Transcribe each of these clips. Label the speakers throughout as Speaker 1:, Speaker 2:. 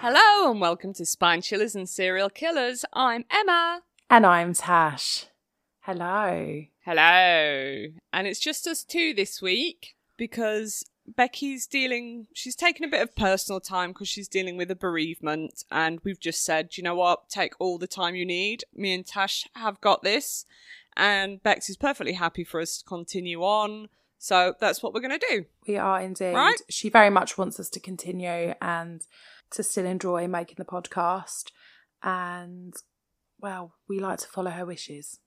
Speaker 1: Hello and welcome to Spine Chillers and Serial Killers. I'm Emma.
Speaker 2: And I'm Tash. Hello.
Speaker 1: Hello. And it's just us two this week because Becky's dealing, she's taken a bit of personal time because she's dealing with a bereavement. And we've just said, you know what, take all the time you need. Me and Tash have got this. And Bex is perfectly happy for us to continue on. So that's what we're going to do.
Speaker 2: We are indeed.
Speaker 1: Right.
Speaker 2: She very much wants us to continue and to still enjoy making the podcast. And, well, we like to follow her wishes.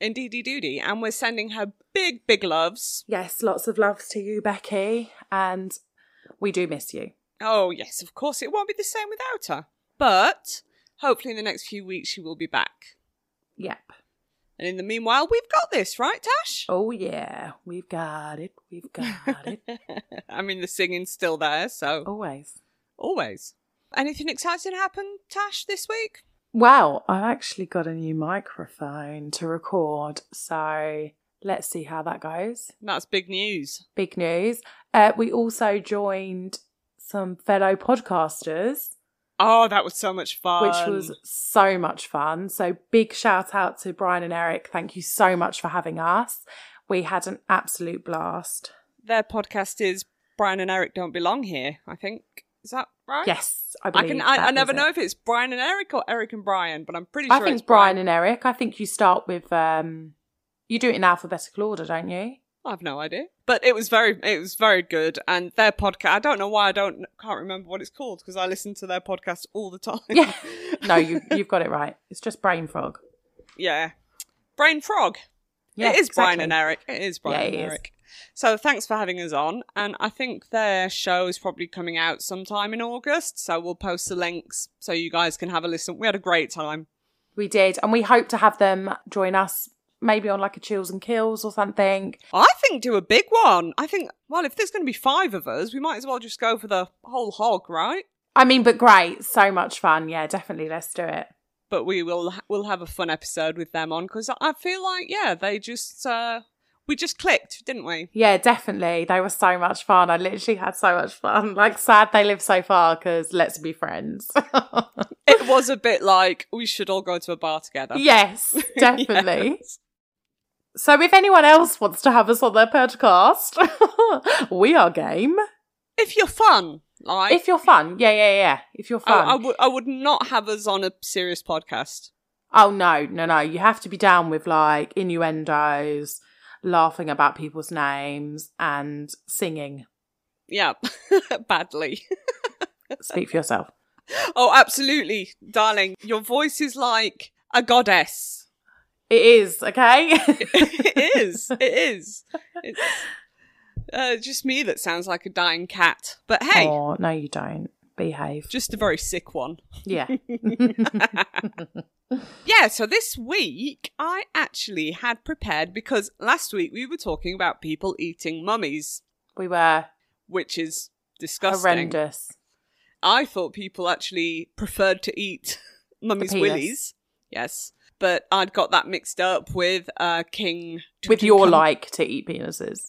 Speaker 1: Indeedy doody. And we're sending her big, big loves.
Speaker 2: Yes, lots of loves to you, Becky. And we do miss you.
Speaker 1: Oh, yes, of course. It won't be the same without her. But hopefully, in the next few weeks, she will be back.
Speaker 2: Yep.
Speaker 1: And in the meanwhile, we've got this, right, Tash?
Speaker 2: Oh, yeah. We've got it. We've got it. Oh.
Speaker 1: I mean, the singing's still there, so
Speaker 2: Always.
Speaker 1: always. Anything exciting happen, Tash, this week?
Speaker 2: Well, I've actually got a new microphone to record. So let's see how that goes.
Speaker 1: That's big news.
Speaker 2: big news. Uh, we also joined some fellow podcasters,
Speaker 1: Oh, that was so much fun.
Speaker 2: which was so much fun. So, big shout out to Brian and Eric. Thank you so much for having us. We had an absolute blast.
Speaker 1: Their podcast is Brian and Eric Don't Belong Here, I think. Is that right?
Speaker 2: Yes, I
Speaker 1: I
Speaker 2: believe.
Speaker 1: can. I,
Speaker 2: that
Speaker 1: I never
Speaker 2: is it.
Speaker 1: know if it's Brian and Eric or Eric and Brian, but I'm pretty sure
Speaker 2: I think
Speaker 1: it's
Speaker 2: Brian, and Eric. I think you start with um, you do it in alphabetical order, don't you?
Speaker 1: I've no idea. But it was very it was very good and their podcast I don't know why I don't can't remember what it's called because I listen to their podcast all the time.
Speaker 2: Yeah. No, you you've got it right. It's just brain frog.
Speaker 1: yeah. Brain Frog.
Speaker 2: Yeah,
Speaker 1: it is Brian
Speaker 2: exactly.
Speaker 1: and Eric. It is Brian
Speaker 2: Yeah,
Speaker 1: and
Speaker 2: it is.
Speaker 1: Eric. So thanks for having us on and I think their show is probably coming out sometime in August, so we'll post the links so you guys can have a listen. We had a great time.
Speaker 2: We did, and we hope to have them join us maybe on like a chills and kills or something.
Speaker 1: I think do a big one. I think well if there's going to be 5 of us, we might as well just go for the whole hog, right?
Speaker 2: I mean, but great, so much fun. Yeah, definitely, let's do it.
Speaker 1: but we will we'll have a fun episode with them on because I feel like yeah they just uh, we just clicked didn't we?
Speaker 2: Yeah, definitely. They were so much fun. I literally had so much fun. Like, sad they live so far because let's be friends.
Speaker 1: It was a bit like we should all go to a bar together.
Speaker 2: yes, definitely. So, if anyone else wants to have us on their podcast, we are game.
Speaker 1: If you're fun, like
Speaker 2: If you're fun, yeah, yeah, yeah. If you're
Speaker 1: I,
Speaker 2: fun,
Speaker 1: I would I would not have us on a serious podcast.
Speaker 2: Oh no, no, no! You have to be down with like innuendos, laughing about people's names, and singing.
Speaker 1: Yeah, badly.
Speaker 2: Speak for yourself.
Speaker 1: Oh, absolutely, darling. Your voice is like a goddess.
Speaker 2: It is okay.
Speaker 1: it is. It is. It's uh, just me that sounds like a dying cat. But hey,
Speaker 2: Oh, no, you don't. Behave.
Speaker 1: just a very sick one.
Speaker 2: Yeah.
Speaker 1: Yeah, so this week I actually had prepared because last week we were talking about people eating mummies,
Speaker 2: we were
Speaker 1: which is disgusting.
Speaker 2: horrendous.
Speaker 1: I thought people actually preferred to eat mummies'
Speaker 2: penis.
Speaker 1: willies. Yes. But I'd got that mixed up with uh, King.
Speaker 2: With your like to eat penises.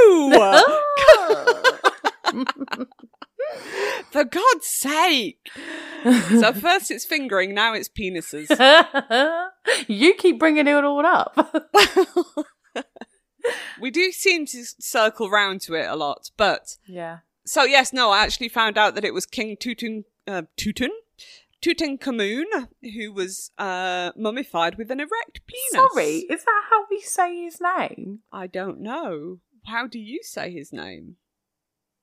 Speaker 1: No! For God's sake! So first it's fingering, now it's penises.
Speaker 2: you keep bringing it all up.
Speaker 1: we do seem to s- circle round to it a lot, but
Speaker 2: yeah.
Speaker 1: So yes, no, I actually found out that it was King Tutun uh, Tutun Tutankhamun who was uh, mummified with an erect penis.
Speaker 2: Sorry, is that how we say his name?
Speaker 1: I don't know. How do you say his name?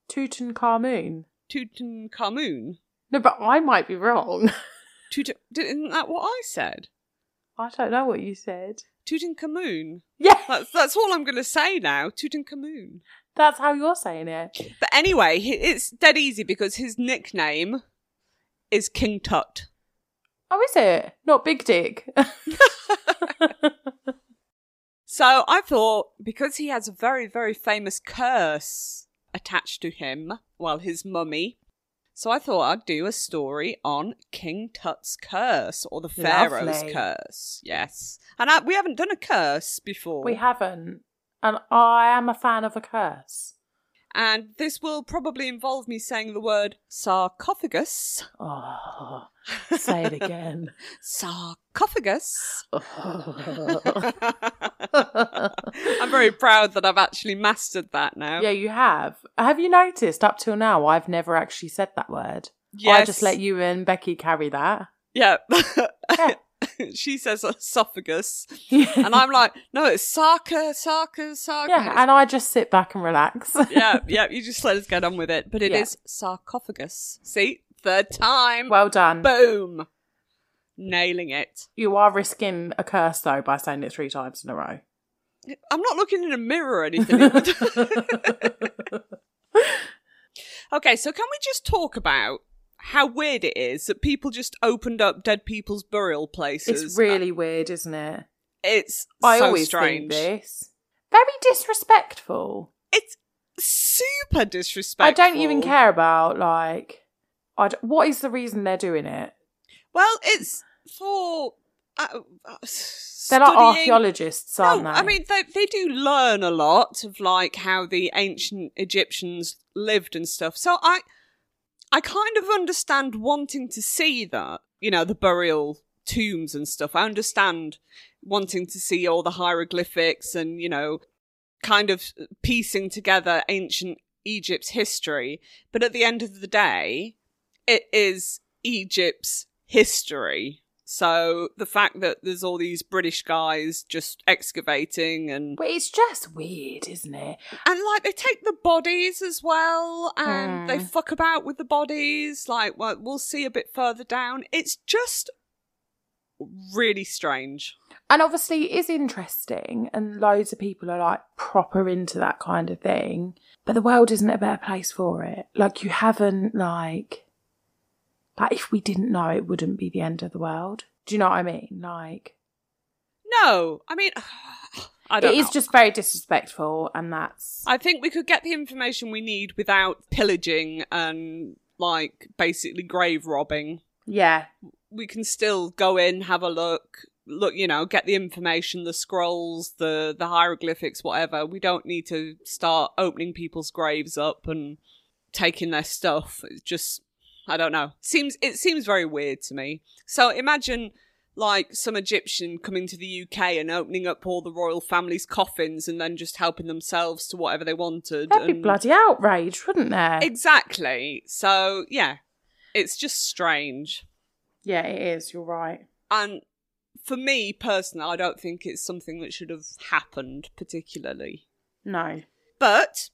Speaker 2: Tutankhamun.
Speaker 1: Tutankhamun.
Speaker 2: No, but I might be wrong.
Speaker 1: Tut- isn't that what I said?
Speaker 2: I don't know what you said.
Speaker 1: Tutankhamun.
Speaker 2: Yeah,
Speaker 1: That's that's all I'm going to say now. Tutankhamun.
Speaker 2: that's how you're saying it.
Speaker 1: But anyway, he- it's dead easy because his nickname is King Tut.
Speaker 2: Oh, is it? Not Big Dick.
Speaker 1: So I thought because he has a very, very famous curse attached to him, well, his mummy. So I thought I'd do a story on King Tut's curse or the Pharaoh's
Speaker 2: Lovely.
Speaker 1: curse. Yes. And I, we haven't done a curse before.
Speaker 2: we haven't. And I am a fan of a curse.
Speaker 1: And this will probably involve me saying the word sarcophagus.
Speaker 2: Oh, say it again.
Speaker 1: Sarcophagus.
Speaker 2: Oh.
Speaker 1: I'm very proud that I've actually mastered that now.
Speaker 2: yeah, you have. Have you noticed up till now I've never actually said that word? I just let you and Becky carry that.
Speaker 1: Yeah.
Speaker 2: Yeah.
Speaker 1: she says esophagus.
Speaker 2: and
Speaker 1: And I'm like, no, it's sarca, sarca, sarca.
Speaker 2: yeah, and I just sit back and relax.
Speaker 1: yeah, yeah, you just let us get on with it. But it is
Speaker 2: Yeah.
Speaker 1: sarcophagus. See? Third time.
Speaker 2: well um, done.
Speaker 1: Boom. Nailing it.
Speaker 2: you are risking a curse though by saying it three times in a row.
Speaker 1: I'm not looking in a mirror or anything. okay, so can we just talk about how weird it is that people just opened up dead people's burial places?
Speaker 2: it's really weird, isn't it?
Speaker 1: it's
Speaker 2: I
Speaker 1: so
Speaker 2: always
Speaker 1: strange.
Speaker 2: think this. Very disrespectful.
Speaker 1: It's super disrespectful.
Speaker 2: I don't even care about like I d- what is the reason they're doing it?
Speaker 1: Well, it's for uh, uh,
Speaker 2: They're
Speaker 1: studying-
Speaker 2: like archaeologists, aren't
Speaker 1: no,
Speaker 2: they?
Speaker 1: I mean they they do learn a lot of like how the ancient Egyptians lived and stuff. So I I kind of understand wanting to see that, you know, the burial tombs and stuff. I understand wanting to see all the hieroglyphics and, you know, kind of piecing together ancient Egypt's history. But at the end of the day, it is Egypt's history. So the fact that there's all these British guys just excavating and
Speaker 2: but it's just weird, isn't it?
Speaker 1: and like they take the bodies as well and
Speaker 2: Mm.
Speaker 1: they fuck about with the bodies like well, we'll see a bit further down. It's just really strange.
Speaker 2: And obviously, it is interesting, and loads of people are like proper into that kind of thing. But the world isn't a better place for it. Like, you haven't, like, like, if we didn't know, it wouldn't be the end of the world. Do you know what I mean? Like,
Speaker 1: No, I mean I
Speaker 2: it
Speaker 1: don't
Speaker 2: is
Speaker 1: know.
Speaker 2: just very disrespectful, and that's.
Speaker 1: I think we could get the information we need without pillaging and like basically grave robbing.
Speaker 2: yeah.
Speaker 1: We can still go in, have a look, look, you know, get the information, the scrolls, the the hieroglyphics, whatever. We don't need to start opening people's graves up and taking their stuff. It's just I don't know. Seems it seems very weird to me. So imagine like some Egyptian coming to the UK and opening up all the royal family's coffins and then just helping themselves to whatever they wanted.
Speaker 2: That'd be
Speaker 1: and-
Speaker 2: bloody outrage, wouldn't there?
Speaker 1: Exactly. So yeah, it's just strange.
Speaker 2: yeah, it is. You're right.
Speaker 1: And for me personally, I don't think it's something that should have happened particularly.
Speaker 2: No.
Speaker 1: But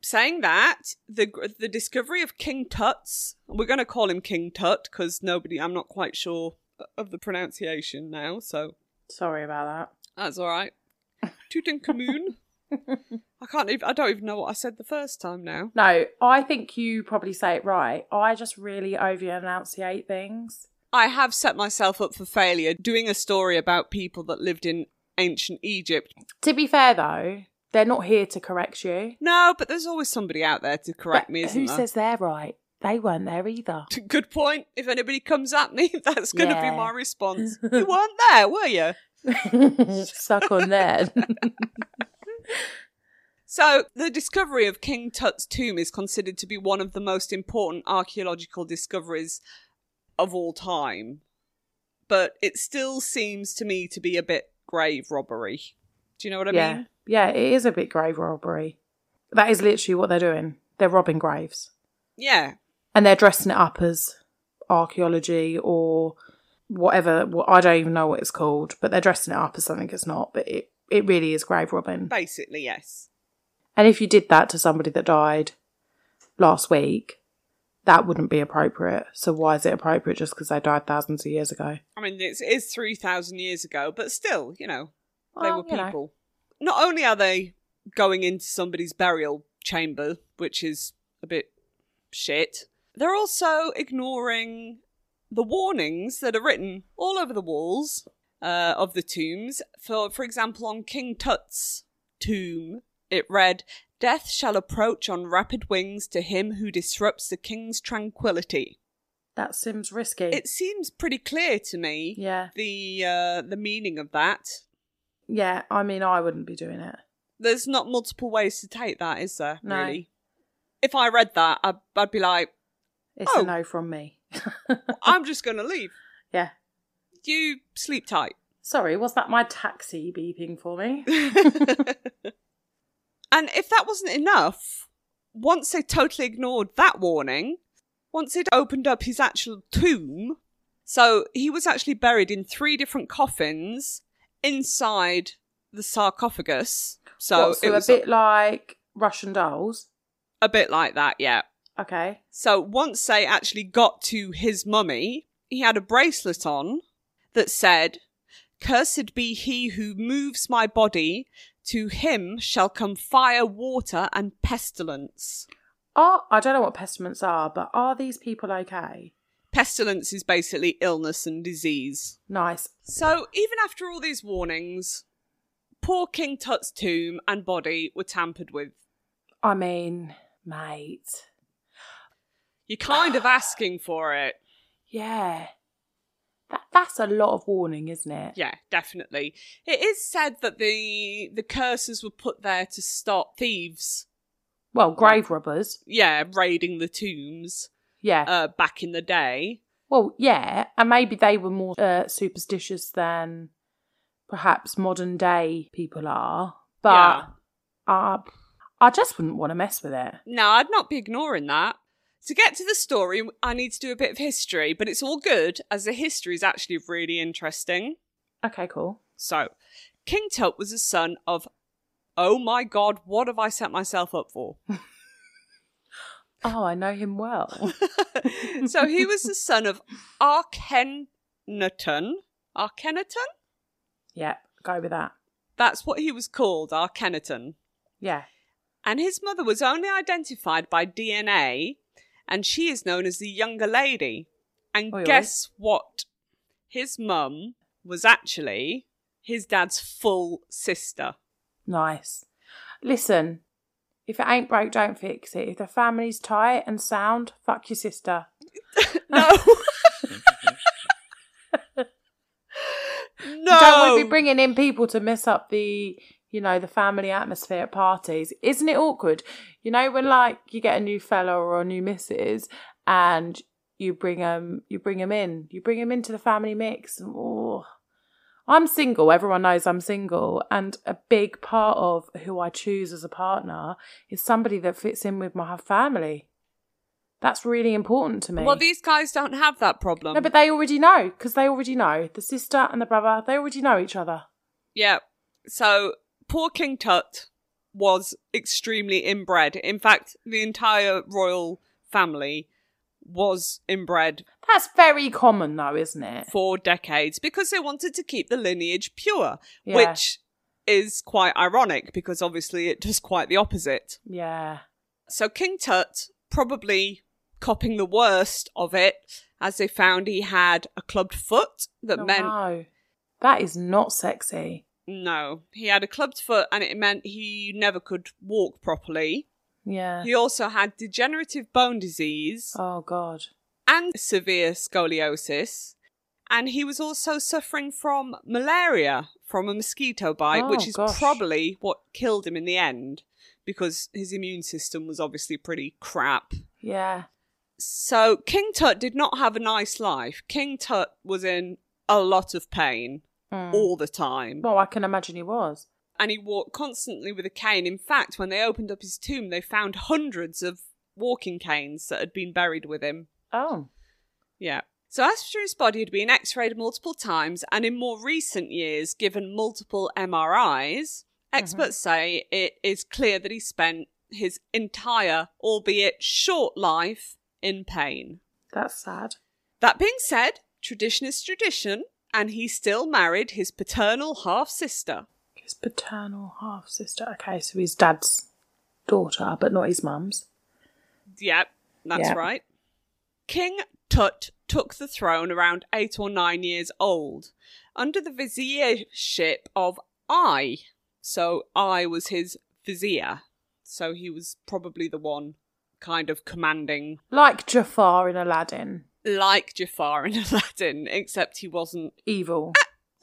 Speaker 1: saying that, the the discovery of King Tut's, we're going to call him King Tut because nobody, I'm not quite sure of the pronunciation now, so
Speaker 2: Sorry about
Speaker 1: that's all right. Tutankhamun. I can't even. I don't even know what I said the first time now.
Speaker 2: that. No, I think you probably say it right. I just really over enunciate things.
Speaker 1: I have set myself up for failure doing a story about people that lived in ancient Egypt.
Speaker 2: To be fair, though, they're not here to correct you.
Speaker 1: No, but there's always somebody out there to correct
Speaker 2: But
Speaker 1: me, isn't
Speaker 2: Who
Speaker 1: there?
Speaker 2: says they're right? They weren't there either.
Speaker 1: Good point. If anybody comes at me, that's going to
Speaker 2: Yeah.
Speaker 1: be my response. You weren't there, were you?
Speaker 2: Suck on them.
Speaker 1: So, the discovery of King Tut's tomb is considered to be one of the most important archaeological discoveries of all time. But it still seems to me to be a bit grave robbery. Do you know what I
Speaker 2: yeah,
Speaker 1: mean?
Speaker 2: yeah, it is a bit grave robbery. That is literally what they're doing. They're robbing graves
Speaker 1: Yeah.
Speaker 2: and they're dressing it up as archaeology or whatever. Well, I don't even know what it's called, but they're dressing it up as something it's not. But it it really is grave robbing.
Speaker 1: Basically, yes.
Speaker 2: And if you did that to somebody that died last week, that wouldn't be appropriate. So why is it appropriate just because they died thousands of years ago?
Speaker 1: I mean, it's, it is 3,000 years ago, but still, you know, they were
Speaker 2: Well, Um, you know.
Speaker 1: people. Not only are they going into somebody's burial chamber, which is a bit shit, they're also ignoring the warnings that are written all over the walls uh, of the tombs. For, for example, on King Tut's tomb, it read, Death shall approach on rapid wings to him who disrupts the king's tranquility.
Speaker 2: That seems risky.
Speaker 1: It seems pretty clear to me
Speaker 2: yeah.
Speaker 1: the uh, the meaning of that.
Speaker 2: Yeah, I mean, I wouldn't be doing it.
Speaker 1: There's not multiple ways to take that, is there?
Speaker 2: No.
Speaker 1: Really? if I read that, I'd, I'd be like,
Speaker 2: It's
Speaker 1: Oh.
Speaker 2: a no from me.
Speaker 1: I'm just going to leave.
Speaker 2: Yeah.
Speaker 1: You sleep tight.
Speaker 2: Sorry, was that my taxi beeping for me?
Speaker 1: and if that wasn't enough, once they totally ignored that warning, once they'd opened up his actual tomb, so he was actually buried in three different coffins inside the sarcophagus. So it
Speaker 2: What, so a
Speaker 1: was
Speaker 2: bit like Russian dolls.
Speaker 1: a bit like that, yeah.
Speaker 2: Okay.
Speaker 1: So once they actually got to his mummy, he had a bracelet on that said, Cursed be he who moves my body, to him shall come fire, water, and pestilence.
Speaker 2: Are I don't know what pestaments are, but are these people okay?
Speaker 1: Pestilence is basically illness and disease.
Speaker 2: Nice.
Speaker 1: So even after all these warnings, poor King Tut's tomb and body were tampered with.
Speaker 2: I mean, mate.
Speaker 1: You're kind of asking for it.
Speaker 2: Yeah. That that's a lot of warning, isn't it?
Speaker 1: Yeah, definitely. It is said that the the curses were put there to stop thieves,
Speaker 2: Well, grave robbers.
Speaker 1: yeah, raiding the tombs
Speaker 2: Yeah.
Speaker 1: uh, back in the day.
Speaker 2: well, yeah, and maybe they were more uh, superstitious than perhaps modern day people are. But uh, I just wouldn't want to mess with it.
Speaker 1: No, I'd not be ignoring that. To get to the story, I need to do a bit of history, but it's all good as the history is actually really interesting.
Speaker 2: Okay, cool.
Speaker 1: So, King Tut was a son of. Oh my god, what have I set myself up for?
Speaker 2: Oh, I know him well.
Speaker 1: so, he was the son of Arkenaton. Arkenaton?
Speaker 2: yeah, go with that.
Speaker 1: That's what he was called, Arkenaton.
Speaker 2: Yeah.
Speaker 1: And his mother was only identified by DNA, and she is known as the younger lady. And
Speaker 2: Oi, oi.
Speaker 1: guess what? His mum was actually his dad's full sister.
Speaker 2: Nice. Listen, if it ain't broke, don't fix it. If the family's tight and sound, fuck your sister.
Speaker 1: No. no.
Speaker 2: Don't want to be bringing in people to mess up the, you know, the family atmosphere at parties. Isn't it awkward? You know, when like you get a new fella or a new missus and you bring them, you bring them in, you bring them into the family mix. And, oh, I'm single. Everyone knows I'm single, and a big part of who I choose as a partner is somebody that fits in with my family. That's really important to me.
Speaker 1: well, these guys don't have that problem.
Speaker 2: No, but they already know because they already know the sister and the brother. They already know each other.
Speaker 1: Yeah. So poor King Tut was extremely inbred. In fact, the entire royal family was inbred
Speaker 2: That's very common, though, isn't it?
Speaker 1: for decades because they wanted to keep the lineage pure,
Speaker 2: Yeah.
Speaker 1: which is quite ironic because obviously it does quite the opposite.
Speaker 2: Yeah,
Speaker 1: So King Tut probably copying the worst of it as they found he had a clubbed foot that
Speaker 2: Oh,
Speaker 1: meant
Speaker 2: no. that is not sexy.
Speaker 1: no, he had a clubbed foot and it meant he never could walk properly.
Speaker 2: Yeah.
Speaker 1: He also had degenerative bone disease
Speaker 2: Oh God.
Speaker 1: and severe scoliosis. And he was also suffering from malaria from a mosquito bite,
Speaker 2: Oh,
Speaker 1: which is
Speaker 2: gosh.
Speaker 1: probably what killed him in the end because his immune system was obviously pretty crap.
Speaker 2: Yeah.
Speaker 1: So King Tut did not have a nice life. King Tut was in a lot of pain
Speaker 2: Mm.
Speaker 1: all the time.
Speaker 2: Well, I can imagine he was.
Speaker 1: And he walked constantly with a cane. In fact, when they opened up his tomb, they found hundreds of walking canes that had been buried with him.
Speaker 2: Oh.
Speaker 1: Yeah. So after his body had been x-rayed multiple times and in more recent years given multiple MRIs, experts say it is clear that he spent his entire, albeit short life, in pain.
Speaker 2: That's sad.
Speaker 1: That being said, tradition is tradition, and he still married his paternal half-sister.
Speaker 2: His paternal half sister. Okay, so his dad's daughter, but not his mum's.
Speaker 1: Yep, that's
Speaker 2: Yeah.
Speaker 1: right. King Tut took the throne around eight or nine years old, under the viziership of I. So I was his vizier. So he was probably the one kind of commanding,
Speaker 2: Like Jafar in Aladdin,
Speaker 1: like Jafar in Aladdin, except he wasn't.
Speaker 2: evil.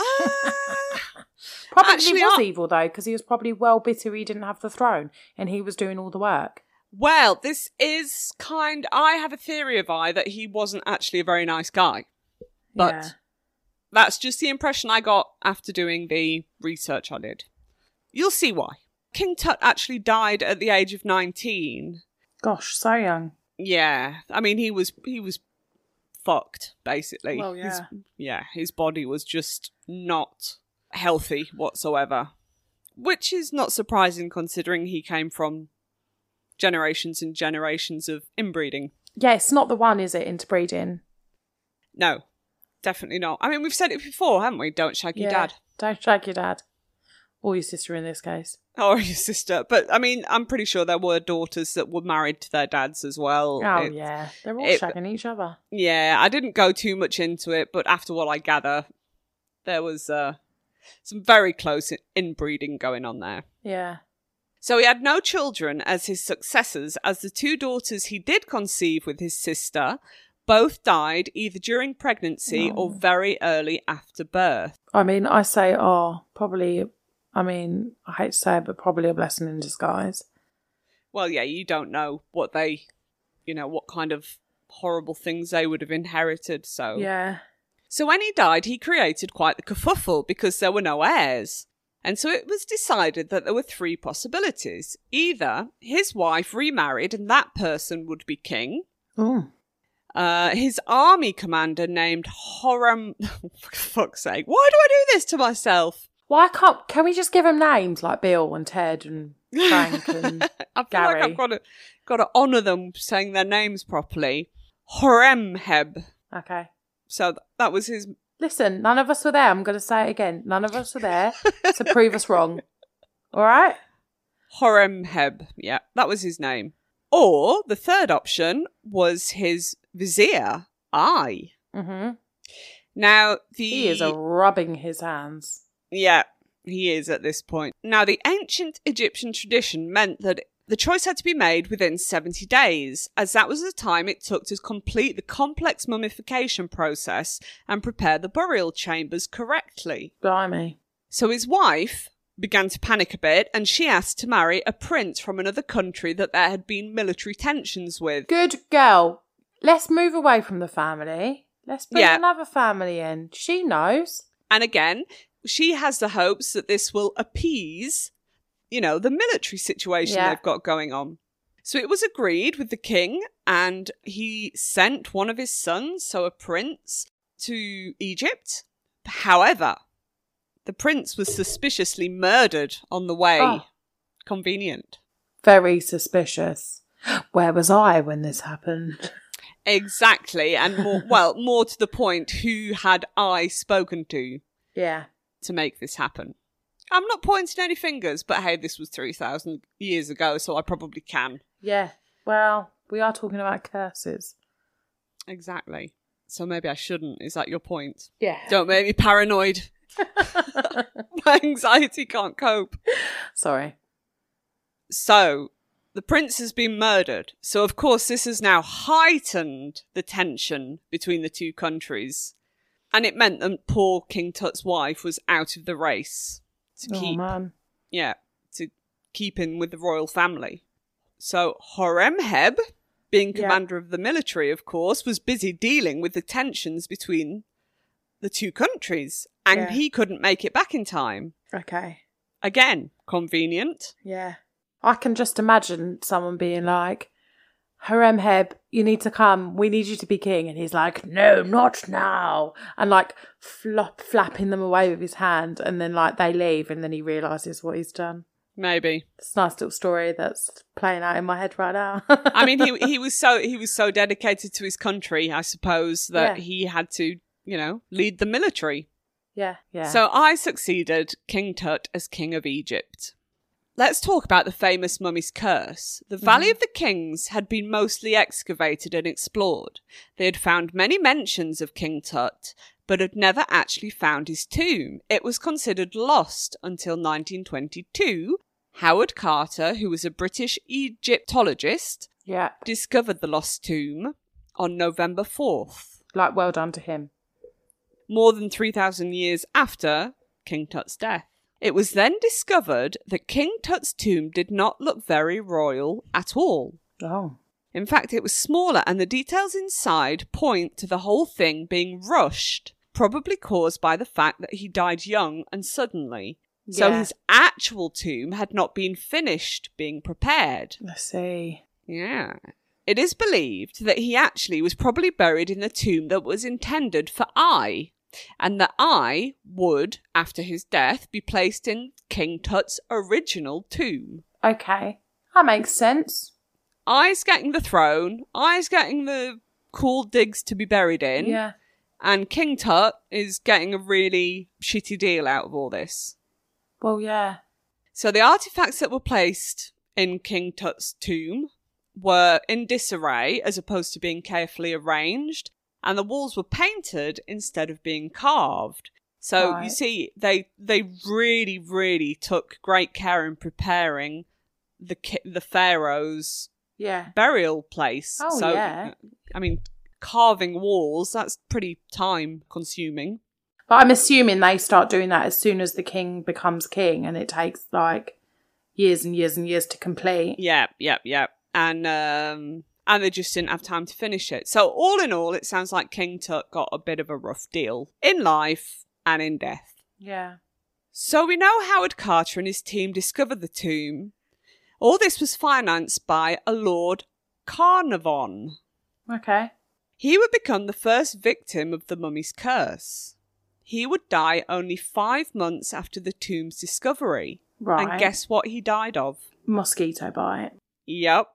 Speaker 1: Ah!
Speaker 2: Probably
Speaker 1: actually,
Speaker 2: was
Speaker 1: I-
Speaker 2: evil though, because he was probably well bitter he didn't have the throne, and he was doing all the work.
Speaker 1: Well, this is kind. I have a theory of I that he wasn't actually a very nice guy. But
Speaker 2: Yeah.
Speaker 1: That's just the impression I got after doing the research I did. You'll see why. King Tut actually died at the age of 19.
Speaker 2: Gosh, so young.
Speaker 1: Yeah. I mean, he was he was fucked basically.
Speaker 2: Well,
Speaker 1: His,
Speaker 2: yeah.
Speaker 1: yeah, his body was just not healthy whatsoever. Which is not surprising considering he came from generations and generations of inbreeding.
Speaker 2: Yeah, it's not the one, is it? Interbreeding.
Speaker 1: No. Definitely not. I mean, we've said it before, haven't we? Don't shag your
Speaker 2: Yeah.
Speaker 1: dad.
Speaker 2: Don't shag your dad. Or your sister in this case.
Speaker 1: Oh, or your sister. But I mean, I'm pretty sure there were daughters that were married to their dads as well.
Speaker 2: Oh,
Speaker 1: It-
Speaker 2: yeah. They're all
Speaker 1: it-
Speaker 2: shagging each other.
Speaker 1: yeah. I didn't go too much into it, but after what I gather, there was uh, some very close in- inbreeding going on there.
Speaker 2: Yeah.
Speaker 1: So he had no children as his successors, as the two daughters he did conceive with his sister both died either during pregnancy
Speaker 2: Oh.
Speaker 1: or very early after birth.
Speaker 2: I mean, I say, oh, probably, I mean, I hate to say it, but probably a blessing in disguise.
Speaker 1: well yeah you don't know what they you know what kind of horrible things they would have inherited so
Speaker 2: Yeah.
Speaker 1: so when he died he created quite the kerfuffle because there were no heirs and so it was decided that there were three possibilities either his wife remarried and that person would be king
Speaker 2: Mm.
Speaker 1: uh, his army commander named Horam. For fuck's sake, why do I do this to myself?
Speaker 2: Why can't, can we just give them names like Bill and Ted and Frank and
Speaker 1: I feel
Speaker 2: Gary.
Speaker 1: like I've got to got to honour them saying their names properly. Horemheb.
Speaker 2: Okay.
Speaker 1: So th- that was his.
Speaker 2: Listen, none of us were there. I'm going to say it again. None of us were there to prove us wrong. All right?
Speaker 1: Horemheb. Yeah, that was his name. Or the third option was his vizier, I.
Speaker 2: Mm-hmm.
Speaker 1: Now, the.
Speaker 2: He is a rubbing his hands.
Speaker 1: Yeah, he is at this point. Now, the ancient Egyptian tradition meant that the choice had to be made within 70 days, as that was the time it took to complete the complex mummification process and prepare the burial chambers correctly.
Speaker 2: Blimey.
Speaker 1: So his wife began to panic a bit and she asked to marry a prince from another country that there had been military tensions with.
Speaker 2: Good girl. Let's move away from the family. Let's bring
Speaker 1: Yeah.
Speaker 2: another family in. She knows.
Speaker 1: And again, she has the hopes that this will appease, you know, the military situation
Speaker 2: Yeah.
Speaker 1: they've got going on. So it was agreed with the king, and he sent one of his sons, so a prince, to Egypt. However, the prince was suspiciously murdered on the way.
Speaker 2: Oh.
Speaker 1: Convenient.
Speaker 2: Very suspicious. Where was I when this happened?
Speaker 1: Exactly. And more, well, more to the point, who had I spoken to?
Speaker 2: Yeah.
Speaker 1: to make this happen. I'm not pointing any fingers, but hey, this was 3,000 years ago, so I probably can.
Speaker 2: Yeah. Well, we are talking about curses.
Speaker 1: Exactly. So maybe I shouldn't. Is that your point?
Speaker 2: Yeah.
Speaker 1: Don't make me paranoid. My anxiety can't cope.
Speaker 2: Sorry.
Speaker 1: So the prince has been murdered. So, of course, this has now heightened the tension between the two countries. And it meant that poor King Tut's wife was out of the race to
Speaker 2: Oh,
Speaker 1: keep
Speaker 2: man.
Speaker 1: yeah, to keep in with the royal family. So Horemheb, being
Speaker 2: Yeah.
Speaker 1: commander of the military, of course, was busy dealing with the tensions between the two countries, and
Speaker 2: Yeah.
Speaker 1: he couldn't make it back in time.
Speaker 2: Okay.
Speaker 1: Again, convenient.
Speaker 2: Yeah. I can just imagine someone being like, Haremheb, you need to come. We need you to be king. And he's like, no, not now. And like flop, flapping them away with his hand. And then like they leave and then he realises what he's done.
Speaker 1: Maybe.
Speaker 2: It's a nice little story that's playing out in my head right now.
Speaker 1: I mean, he he was so he was so dedicated to his country, I suppose, that
Speaker 2: Yeah.
Speaker 1: he had to, you know, lead the military.
Speaker 2: yeah, yeah.
Speaker 1: So I succeeded King Tut as King of Egypt. Let's talk about the famous mummy's curse.
Speaker 2: Mm-hmm.
Speaker 1: The Valley of the Kings had been mostly excavated and explored. They had found many mentions of King Tut, but had never actually found his tomb. It was considered lost until 1922. Howard Carter, who was a British Egyptologist,
Speaker 2: yeah.
Speaker 1: discovered the lost tomb on November 4th
Speaker 2: Like, well done to him.
Speaker 1: more than 3,000 years after King Tut's death. It was then discovered that King Tut's tomb did not look very royal at all.
Speaker 2: Oh.
Speaker 1: In fact, it was smaller, and the details inside point to the whole thing being rushed, probably caused by the fact that he died young and suddenly. So
Speaker 2: Yeah.
Speaker 1: his actual tomb had not been finished being prepared.
Speaker 2: Let's see.
Speaker 1: Yeah. It is believed that he actually was probably buried in the tomb that was intended for I, and that I would, after his death, be placed in King Tut's original tomb.
Speaker 2: Okay. That makes sense.
Speaker 1: I's getting the throne, I's getting the cool digs to be buried in,
Speaker 2: Yeah.
Speaker 1: and King Tut is getting a really shitty deal out of all this.
Speaker 2: Well, yeah.
Speaker 1: So the artifacts that were placed in King Tut's tomb were in disarray as opposed to being carefully arranged, and the walls were painted instead of being carved. So you
Speaker 2: Right.
Speaker 1: see, they they really, really took great care in preparing the ki- the pharaoh's
Speaker 2: Yeah.
Speaker 1: burial place.
Speaker 2: Oh,
Speaker 1: so,
Speaker 2: yeah.
Speaker 1: I mean, carving walls that's pretty time consuming.
Speaker 2: But I'm assuming they start doing that as soon as the king becomes king and it takes like years and years and years to complete.
Speaker 1: Yeah, yeah, yeah. And um and they just didn't have time to finish it. So all in all, it sounds like King Tut got a bit of a rough deal in life and in death.
Speaker 2: Yeah.
Speaker 1: So we know Howard Carter and his team discovered the tomb. All this was financed by a Lord Carnarvon.
Speaker 2: Okay.
Speaker 1: He would become the first victim of the mummy's curse. He would die only five months after the tomb's discovery.
Speaker 2: Right.
Speaker 1: And guess what he died of?
Speaker 2: mosquito bite.
Speaker 1: Yep.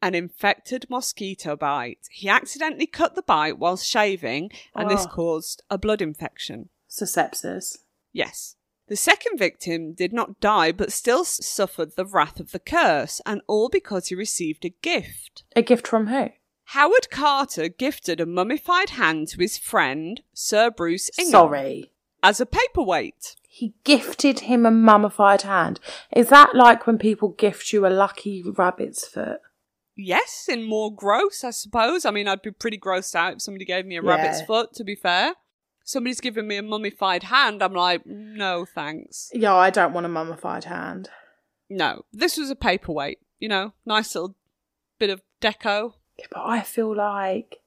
Speaker 1: An infected mosquito bite. He accidentally cut the bite while shaving, and this
Speaker 2: Oh.
Speaker 1: caused a blood infection.
Speaker 2: So sepsis.
Speaker 1: Yes. The second victim did not die, but still s- suffered the wrath of the curse, and all because he received a gift.
Speaker 2: A gift from who?
Speaker 1: Howard Carter gifted a mummified hand to his friend, Sir Bruce Ingham,
Speaker 2: Sorry.
Speaker 1: as a paperweight.
Speaker 2: He gifted him a mummified hand. Is that like when people gift you a lucky rabbit's foot?
Speaker 1: Yes, in more gross, I suppose. I mean, I'd be pretty grossed out if somebody gave me a rabbit's
Speaker 2: Yeah.
Speaker 1: foot, to be fair. Somebody's giving me a mummified hand. I'm like, no, thanks.
Speaker 2: Yeah, I don't want a mummified hand.
Speaker 1: No, this was a paperweight, you know, nice little bit of deco.
Speaker 2: Yeah, but I feel like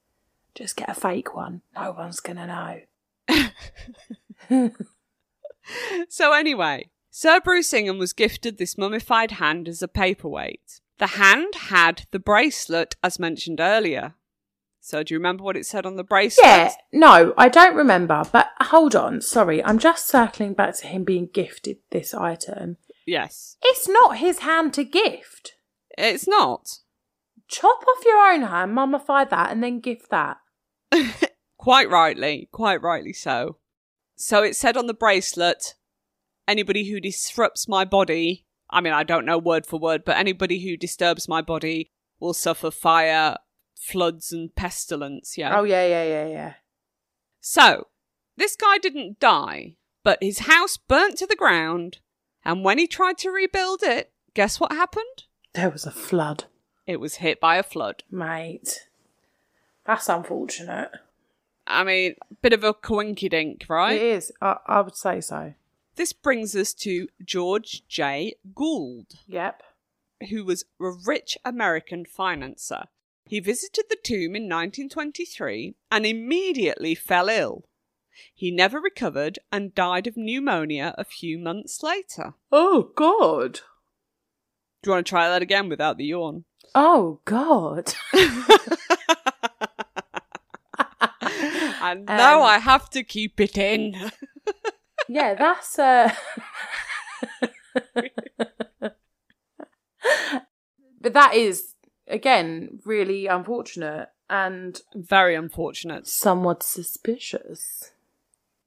Speaker 2: just get a fake one. No one's gonna know.
Speaker 1: So, anyway, Sir Bruce Ingham was gifted this mummified hand as a paperweight. The hand had the bracelet, as mentioned earlier. So, do you remember what it said on the bracelet?
Speaker 2: Yeah, no, I don't remember. But hold on, sorry, I'm just circling back to him being gifted this item.
Speaker 1: Yes.
Speaker 2: It's not his hand to gift.
Speaker 1: It's not.
Speaker 2: Chop off your own hand, mummify that, and then gift that.
Speaker 1: Quite rightly, quite rightly so. So it said on the bracelet, anybody who disrupts my body, I mean, I don't know word for word, but anybody who disturbs my body will suffer fire, floods, and pestilence. Yeah.
Speaker 2: Oh yeah, yeah, yeah, yeah.
Speaker 1: So this guy didn't die, but his house burnt to the ground. And when he tried to rebuild it, guess what happened?
Speaker 2: There was a flood,
Speaker 1: It was hit by a flood.
Speaker 2: mate. That's unfortunate.
Speaker 1: I mean, bit of a coinky dink, right?
Speaker 2: It is. I, I would say so.
Speaker 1: This brings us to George J. Gould,
Speaker 2: Yep.
Speaker 1: who was a rich American financier. He visited the tomb in 1923 and immediately fell ill. He never recovered and died of pneumonia a few months later.
Speaker 2: Oh God.
Speaker 1: Do you want to try that again without the yawn?
Speaker 2: Oh God.
Speaker 1: And now
Speaker 2: Um,
Speaker 1: I have to keep it in.
Speaker 2: yeah, that's uh But that is again really unfortunate and
Speaker 1: Very unfortunate.
Speaker 2: somewhat suspicious.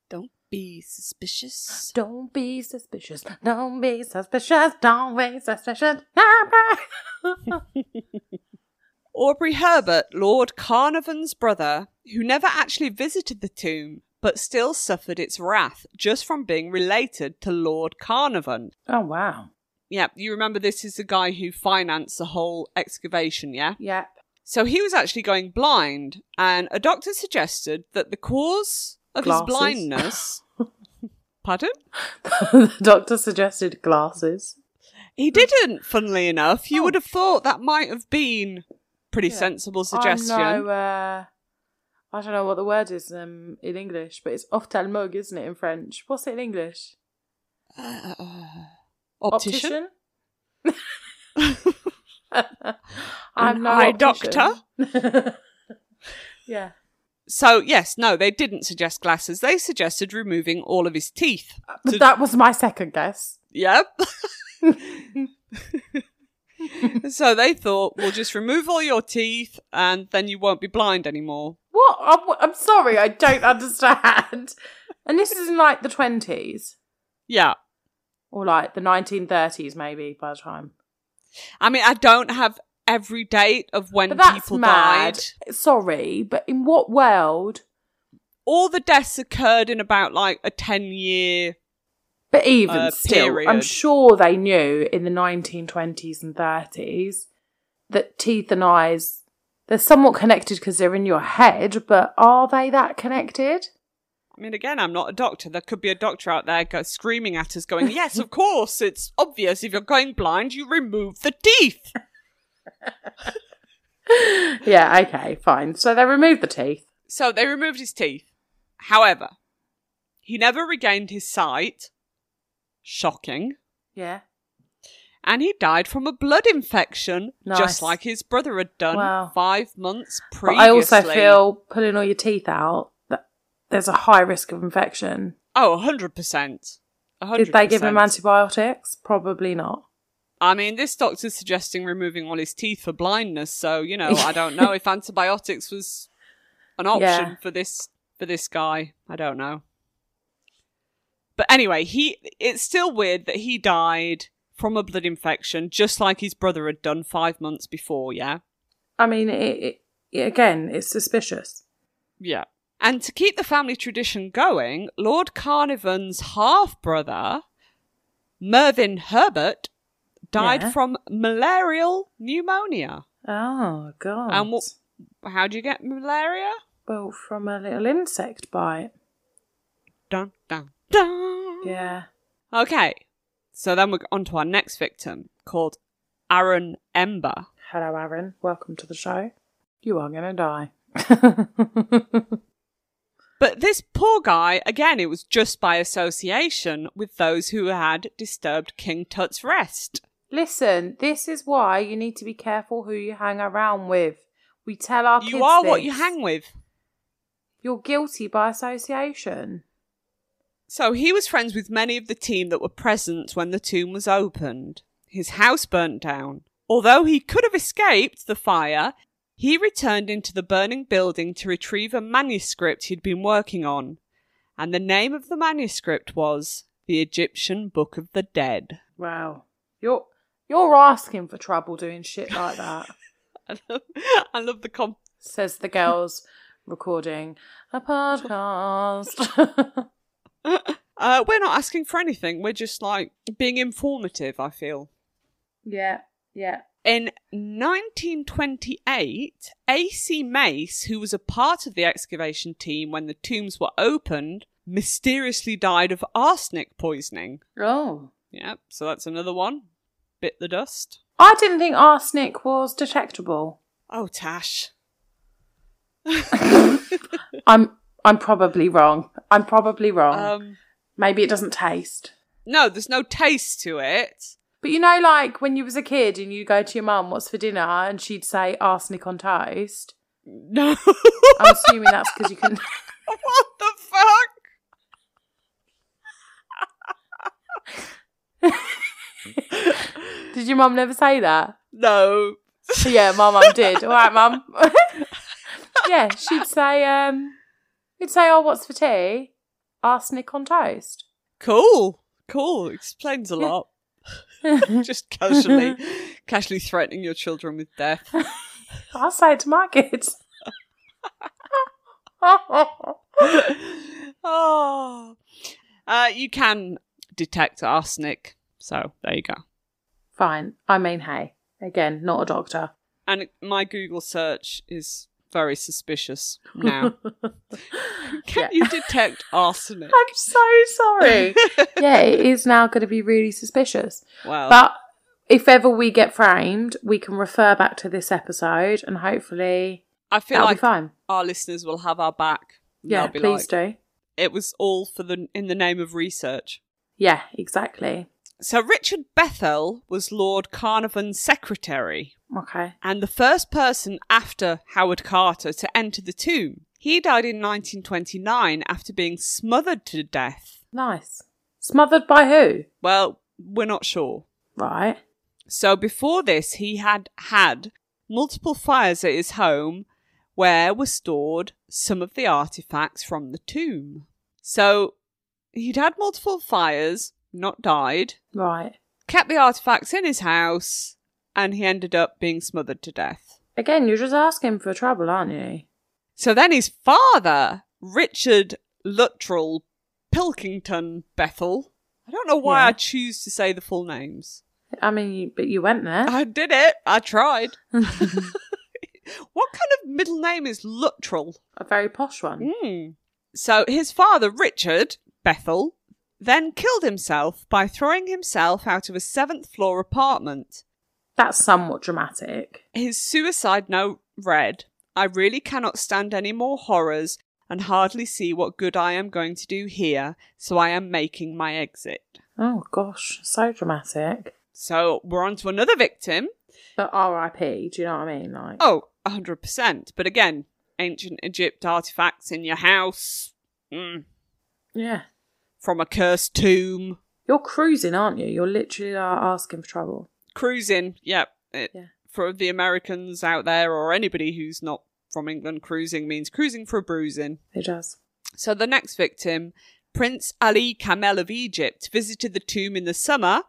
Speaker 1: Don't be suspicious.
Speaker 2: Don't be suspicious. Don't be suspicious. Don't be suspicious. Oh,
Speaker 1: Aubrey Herbert, Lord Carnarvon's brother, who never actually visited the tomb, but still suffered its wrath just from being related to Lord Carnarvon.
Speaker 2: oh wow.
Speaker 1: Yeah, you remember this is the guy who financed the whole excavation, yeah?
Speaker 2: Yep.
Speaker 1: So he was actually going blind, and a doctor suggested that the cause of
Speaker 2: Glasses.
Speaker 1: his blindness. Pardon?
Speaker 2: the doctor suggested glasses.
Speaker 1: He didn't, funnily enough. You
Speaker 2: Oh.
Speaker 1: would have thought that might have been pretty
Speaker 2: Yeah.
Speaker 1: sensible
Speaker 2: I'm
Speaker 1: suggestion.
Speaker 2: no, uh, I don't know what the word is um, in English, but it's ophthalmologue, isn't it, in French? What's it in English?
Speaker 1: Uh, uh, optician?
Speaker 2: Optician?
Speaker 1: An
Speaker 2: I'm no
Speaker 1: eye
Speaker 2: optician. yeah.
Speaker 1: So, yes, no, they didn't suggest glasses. They suggested removing all of his teeth.
Speaker 2: But
Speaker 1: So-
Speaker 2: that was my second guess.
Speaker 1: Yep. so they thought, we'll just remove all your teeth and then you won't be blind anymore.
Speaker 2: What? I'm, I'm sorry, I don't understand. And this is in like the 20s
Speaker 1: Yeah.
Speaker 2: or like the 1930s, maybe by the time.
Speaker 1: I mean, I don't have every date of when
Speaker 2: But that's
Speaker 1: people
Speaker 2: mad.
Speaker 1: died.
Speaker 2: Sorry, but in what world?
Speaker 1: All the deaths occurred in about like a 10 year.
Speaker 2: But even
Speaker 1: Uh,
Speaker 2: still, I'm
Speaker 1: period.
Speaker 2: sure they knew in the 1920s and 30s that teeth and eyes they're somewhat connected because they're in your head, but are they that connected?
Speaker 1: I mean, again, I'm not a doctor. There could be a doctor out there go, screaming at us, going, Yes, of course, it's obvious. If you're going blind, you remove the teeth.
Speaker 2: yeah, okay, fine. So they removed the teeth.
Speaker 1: So they removed his teeth. However, he never regained his sight. Shocking.
Speaker 2: Yeah.
Speaker 1: And he died from a blood infection,
Speaker 2: Nice.
Speaker 1: just like his brother had done
Speaker 2: Wow.
Speaker 1: five months
Speaker 2: But
Speaker 1: previously.
Speaker 2: I also feel pulling all your teeth out that there's a high risk of infection.
Speaker 1: Oh, 100%. 100%.
Speaker 2: Did they give him antibiotics? Probably not.
Speaker 1: I mean, this doctor's suggesting removing all his teeth for blindness, so, you know, I don't know if antibiotics was an option
Speaker 2: Yeah.
Speaker 1: for this for this guy. I don't know. But anyway, he it's still weird that he died from a blood infection just like his brother had done 5 months before, yeah.
Speaker 2: I mean, it, it, again, it's suspicious.
Speaker 1: Yeah. And to keep the family tradition going, Lord Carnarvon's half brother, Mervyn Herbert, died
Speaker 2: Yeah.
Speaker 1: from malarial pneumonia.
Speaker 2: Oh, God.
Speaker 1: And what- How do you get malaria?
Speaker 2: Well, from a little insect bite.
Speaker 1: Dun, dun, dun.
Speaker 2: Yeah.
Speaker 1: Okay. So then we're on to our next victim called Aaron Ember.
Speaker 2: Hello, Aaron. Welcome to the show. You are going to die.
Speaker 1: But this poor guy, again, it was just by association with those who had disturbed King Tut's rest.
Speaker 2: Listen, this is why you need to be careful who you hang around with. We tell our kids
Speaker 1: you are what you
Speaker 2: this.
Speaker 1: hang with.
Speaker 2: You're guilty by association.
Speaker 1: So he was friends with many of the team that were present when the tomb was opened. His house burnt down. Although he could have escaped the fire, he returned into the burning building to retrieve a manuscript he'd been working on. And the name of the manuscript was The Egyptian Book of the Dead.
Speaker 2: Wow. You're you're asking for trouble doing shit like that.
Speaker 1: I love, I love the comp.
Speaker 2: says the girls recording a podcast.
Speaker 1: Uh, we're not asking for anything. We're just like being informative, I feel.
Speaker 2: yeah, yeah.
Speaker 1: In 1928, A.C. Mace, who was a part of the excavation team when the tombs were opened, mysteriously died of arsenic poisoning.
Speaker 2: Oh.
Speaker 1: Yep, so that's another one. Bit the dust.
Speaker 2: I didn't think arsenic was detectable.
Speaker 1: Oh, Tash.
Speaker 2: I'm I'm probably wrong. I'm probably wrong.
Speaker 1: Um,
Speaker 2: Maybe it doesn't taste.
Speaker 1: no, there's no taste to it.
Speaker 2: But you know, like when you was a kid and you go to your mum, "What's for dinner?" and she'd say arsenic on toast.
Speaker 1: No.
Speaker 2: I'm assuming that's because you can.
Speaker 1: what the fuck?
Speaker 2: Did your mum never say that?
Speaker 1: No.
Speaker 2: Yeah, my mum did. All right, mum. yeah, she'd say, um, she'd say, "Oh, what's for tea?" Arsenic on toast.
Speaker 1: Cool. Cool. Explains a
Speaker 2: Yeah.
Speaker 1: lot. Just casually, casually threatening your children with death.
Speaker 2: I say it to my kids.
Speaker 1: oh. Uh, you can detect arsenic. So there you go.
Speaker 2: Fine. I mean, hey, again, not a doctor.
Speaker 1: And my Google search is very suspicious now. can
Speaker 2: Yeah.
Speaker 1: you detect arsenic?
Speaker 2: I'm so sorry. yeah, it is now going to be really suspicious.
Speaker 1: Well,
Speaker 2: But if ever we get framed, we can refer back to this episode and hopefully
Speaker 1: I feel
Speaker 2: that'll be
Speaker 1: like
Speaker 2: fine.
Speaker 1: our listeners will have our back. And
Speaker 2: Yeah,
Speaker 1: they'll be
Speaker 2: please
Speaker 1: like,
Speaker 2: do.
Speaker 1: It was all for the in the name of research.
Speaker 2: Yeah, exactly.
Speaker 1: So Richard Bethel was Lord Carnarvon's secretary
Speaker 2: Okay.
Speaker 1: and the first person after Howard Carter to enter the tomb. He died in 1929 after being smothered to death.
Speaker 2: Nice. Smothered by who?
Speaker 1: Well, we're not sure.
Speaker 2: Right.
Speaker 1: So before this, he had had multiple fires at his home where were stored some of the artifacts from the tomb. So he'd had multiple fires, not died,
Speaker 2: Right.
Speaker 1: kept the artifacts in his house, and he ended up being smothered to death.
Speaker 2: Again, you're just asking for trouble, aren't you?
Speaker 1: So then his father, Richard Luttrell Pilkington Bethel, I don't know why
Speaker 2: Yeah.
Speaker 1: I choose to say the full names.
Speaker 2: I mean, you, but you went there.
Speaker 1: I did it. I tried. What kind of middle name is Luttrell?
Speaker 2: A very posh one.
Speaker 1: Mm. So his father, Richard Bethel, then killed himself by throwing himself out of a seventh floor apartment.
Speaker 2: That's somewhat dramatic.
Speaker 1: His suicide note read, I really cannot stand any more horrors and hardly see what good I am going to do here, so I am making my exit.
Speaker 2: Oh gosh, so dramatic.
Speaker 1: So we're on to another victim.
Speaker 2: But R.I.P. Do you know what I mean? Like,
Speaker 1: Oh, 100%. But again, ancient Egypt artifacts in your house. Mm.
Speaker 2: yeah,
Speaker 1: From a cursed tomb.
Speaker 2: you're cruising, aren't you? You're literally like, asking for trouble.
Speaker 1: cruising. Yep. It,
Speaker 2: Yeah.
Speaker 1: For the Americans out there or anybody who's not from England, cruising means cruising for a bruising.
Speaker 2: It does.
Speaker 1: So the next victim, Prince Ali Kamel of Egypt, visited the tomb in the summer,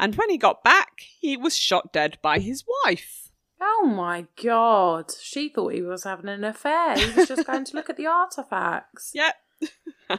Speaker 1: and when he got back, he was shot dead by his wife.
Speaker 2: Oh my god, she thought he was having an affair. He was just going to look at the artifacts.
Speaker 1: Yep. I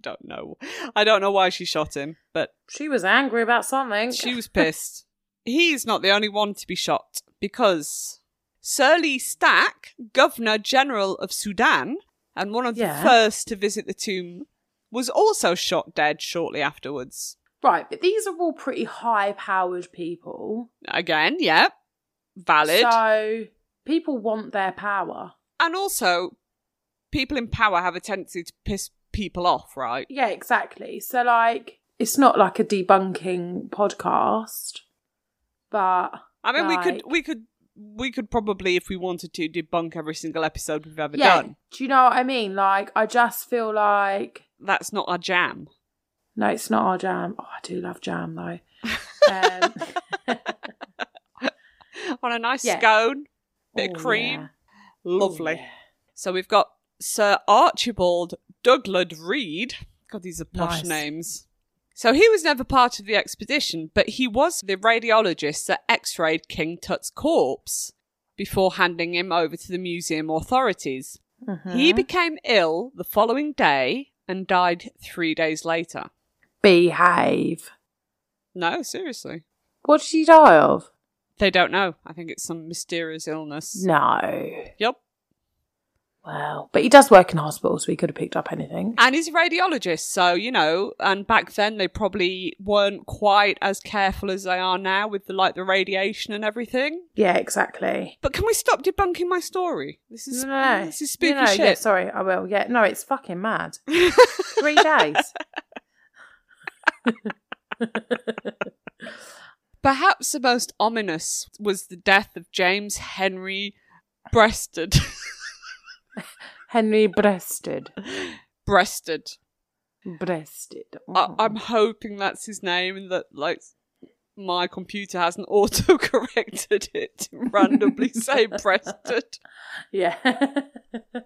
Speaker 1: don't know. I don't know why she shot him, but
Speaker 2: She was angry about something.
Speaker 1: She was pissed. He's not the only one to be shot because Surly Stack, Governor General of Sudan, and one of
Speaker 2: Yeah.
Speaker 1: the first to visit the tomb, was also shot dead shortly afterwards.
Speaker 2: right, but these are all pretty high powered people.
Speaker 1: Again, yep, valid.
Speaker 2: So people want their power.
Speaker 1: and also, people in power have a tendency to piss people off, right?
Speaker 2: Yeah, exactly. So like it's not like a debunking podcast, but
Speaker 1: I mean, we could,
Speaker 2: Like-
Speaker 1: we could, we could probably, if we wanted to, debunk every single episode we've ever
Speaker 2: yeah.
Speaker 1: done.
Speaker 2: Do you know what I mean? Like I just feel like
Speaker 1: That's not our jam.
Speaker 2: no, it's not our jam. Oh, I do love jam though. Um,
Speaker 1: On a nice
Speaker 2: Yeah.
Speaker 1: scone, bit
Speaker 2: oh,
Speaker 1: of cream.
Speaker 2: yeah.
Speaker 1: Lovely.
Speaker 2: Oh, yeah.
Speaker 1: So we've got Sir Archibald Douglad Reed. God, these are posh
Speaker 2: Nice.
Speaker 1: names. So he was never part of the expedition, but he was the radiologist that x rayed King Tut's corpse before handing him over to the museum authorities.
Speaker 2: Mm-hmm.
Speaker 1: He became ill the following day and died three days later.
Speaker 2: Behave.
Speaker 1: No, seriously.
Speaker 2: What did he die of?
Speaker 1: They don't know. I think it's some mysterious illness.
Speaker 2: No.
Speaker 1: Yep.
Speaker 2: Well, but he does work in hospital, so he could have picked up anything.
Speaker 1: And he's a radiologist, so you know. And back then, they probably weren't quite as careful as they are now with the like the radiation and everything.
Speaker 2: Yeah, exactly.
Speaker 1: But can we stop debunking my story? This is
Speaker 2: No,
Speaker 1: this is spooky
Speaker 2: no, no,
Speaker 1: shit.
Speaker 2: Yeah, sorry, I will. Yeah, no, it's fucking mad. Three days.
Speaker 1: Perhaps the most ominous was the death of James Henry Breasted.
Speaker 2: Henry breasted,
Speaker 1: Breasted.
Speaker 2: breasted.
Speaker 1: I-
Speaker 2: Oh.
Speaker 1: I'm hoping that's his name, and that like my computer hasn't auto corrected it to randomly say Breasted.
Speaker 2: yeah.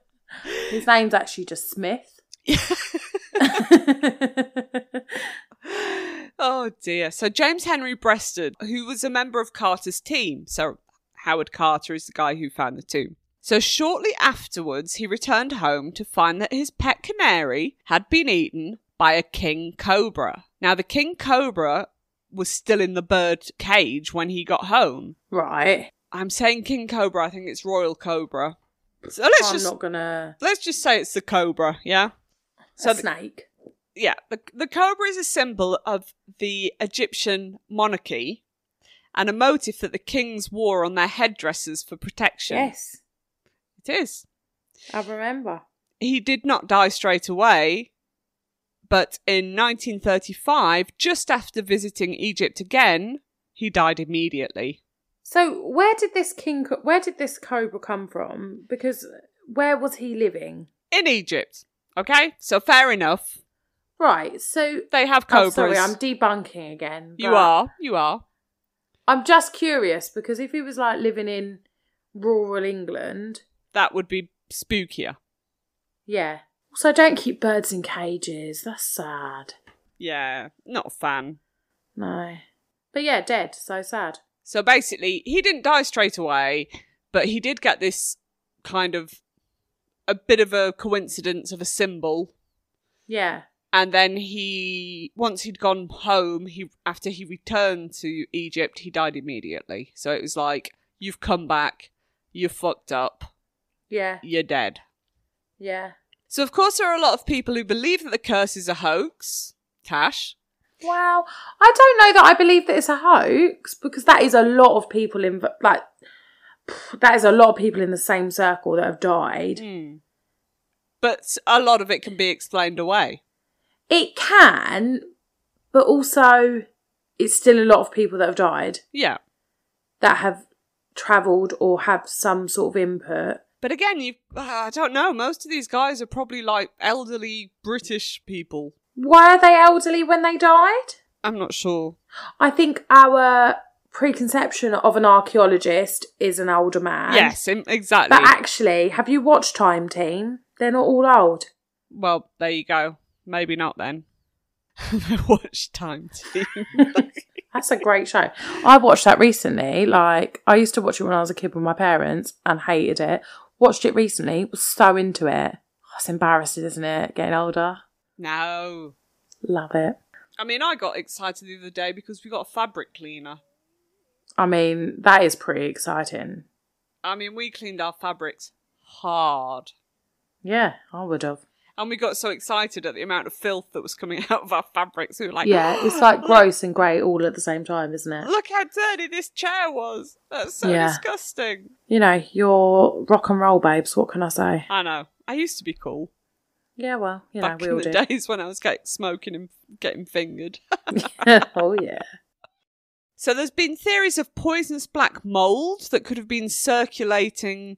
Speaker 2: His name's actually just Smith.
Speaker 1: oh dear. So James Henry Breasted, who was a member of Carter's team, so Howard Carter is the guy who found the tomb. So shortly afterwards, he returned home to find that his pet canary had been eaten by a king cobra. Now the king cobra was still in the bird cage when he got home.
Speaker 2: right.
Speaker 1: I'm saying king cobra. I think it's royal cobra. So let's
Speaker 2: I'm
Speaker 1: just
Speaker 2: not gonna.
Speaker 1: let's just say it's the cobra. Yeah.
Speaker 2: So
Speaker 1: So
Speaker 2: a
Speaker 1: the-
Speaker 2: snake.
Speaker 1: yeah, the, the cobra is a symbol of the Egyptian monarchy, and a motif that the kings wore on their headdresses for protection.
Speaker 2: Yes,
Speaker 1: It is.
Speaker 2: I remember.
Speaker 1: He did not die straight away, but in 1935, just after visiting Egypt again, he died immediately.
Speaker 2: So where did this king? co- Where did this cobra come from? Because where was he living?
Speaker 1: In Egypt. Okay? So fair enough.
Speaker 2: Right. So
Speaker 1: They have
Speaker 2: I'm
Speaker 1: cobras.
Speaker 2: Oh, sorry, I'm debunking again.
Speaker 1: you
Speaker 2: but
Speaker 1: are. You are.
Speaker 2: I'm just curious because if he was like living in rural England,
Speaker 1: That would be spookier.
Speaker 2: yeah. Also, don't keep birds in cages. That's sad.
Speaker 1: Yeah, not a fan.
Speaker 2: No. But yeah, dead. So sad.
Speaker 1: So basically, he didn't die straight away, but he did get this kind of a bit of a coincidence of a symbol.
Speaker 2: Yeah.
Speaker 1: And then he, once he'd gone home, he after he returned to Egypt, he died immediately. So it was like, you've come back, you fucked up,
Speaker 2: Yeah.
Speaker 1: you're dead.
Speaker 2: Yeah.
Speaker 1: So of course, there are a lot of people who believe that the curse is a hoax. Tash,
Speaker 2: Wow. I don't know that I believe that it's a hoax because that is a lot of people in like that is a lot of people in the same circle that have died.
Speaker 1: but a lot of it can be explained away.
Speaker 2: It can, but also it's still a lot of people that have died
Speaker 1: Yeah.
Speaker 2: that have travelled or have some sort of input.
Speaker 1: But again, you uh, I don't know. Most of these guys are probably like elderly British people.
Speaker 2: Why are they elderly when they died?
Speaker 1: I'm not sure.
Speaker 2: I think our preconception of an archaeologist is an older man.
Speaker 1: yes, im- exactly.
Speaker 2: But actually, have you watched Time Team? They're not all old.
Speaker 1: well, there you go. Maybe not then. Watch time team.
Speaker 2: That's a great show. I watched that recently. Like I used to watch it when I was a kid with my parents and hated it. Watched it recently, was so into it. That's embarrassing, isn't it? Getting older.
Speaker 1: no.
Speaker 2: Love it.
Speaker 1: I mean, I got excited the other day because we got a fabric cleaner.
Speaker 2: I mean, that is pretty exciting.
Speaker 1: I mean, we cleaned our fabrics hard.
Speaker 2: Yeah, I would have.
Speaker 1: And we got so excited at the amount of filth that was coming out of our fabrics. We were like,
Speaker 2: Yeah, it's like gross and great all at the same time, isn't it?
Speaker 1: Look how dirty this chair was. That's so
Speaker 2: Yeah.
Speaker 1: disgusting.
Speaker 2: You know, you're rock and roll babes, what can I say?
Speaker 1: I know. I used to be cool
Speaker 2: Yeah, well, you know,
Speaker 1: back
Speaker 2: we
Speaker 1: in
Speaker 2: all
Speaker 1: the
Speaker 2: do.
Speaker 1: days when I was getting smoking and getting fingered.
Speaker 2: oh yeah.
Speaker 1: so there's been theories of poisonous black mold that could have been circulating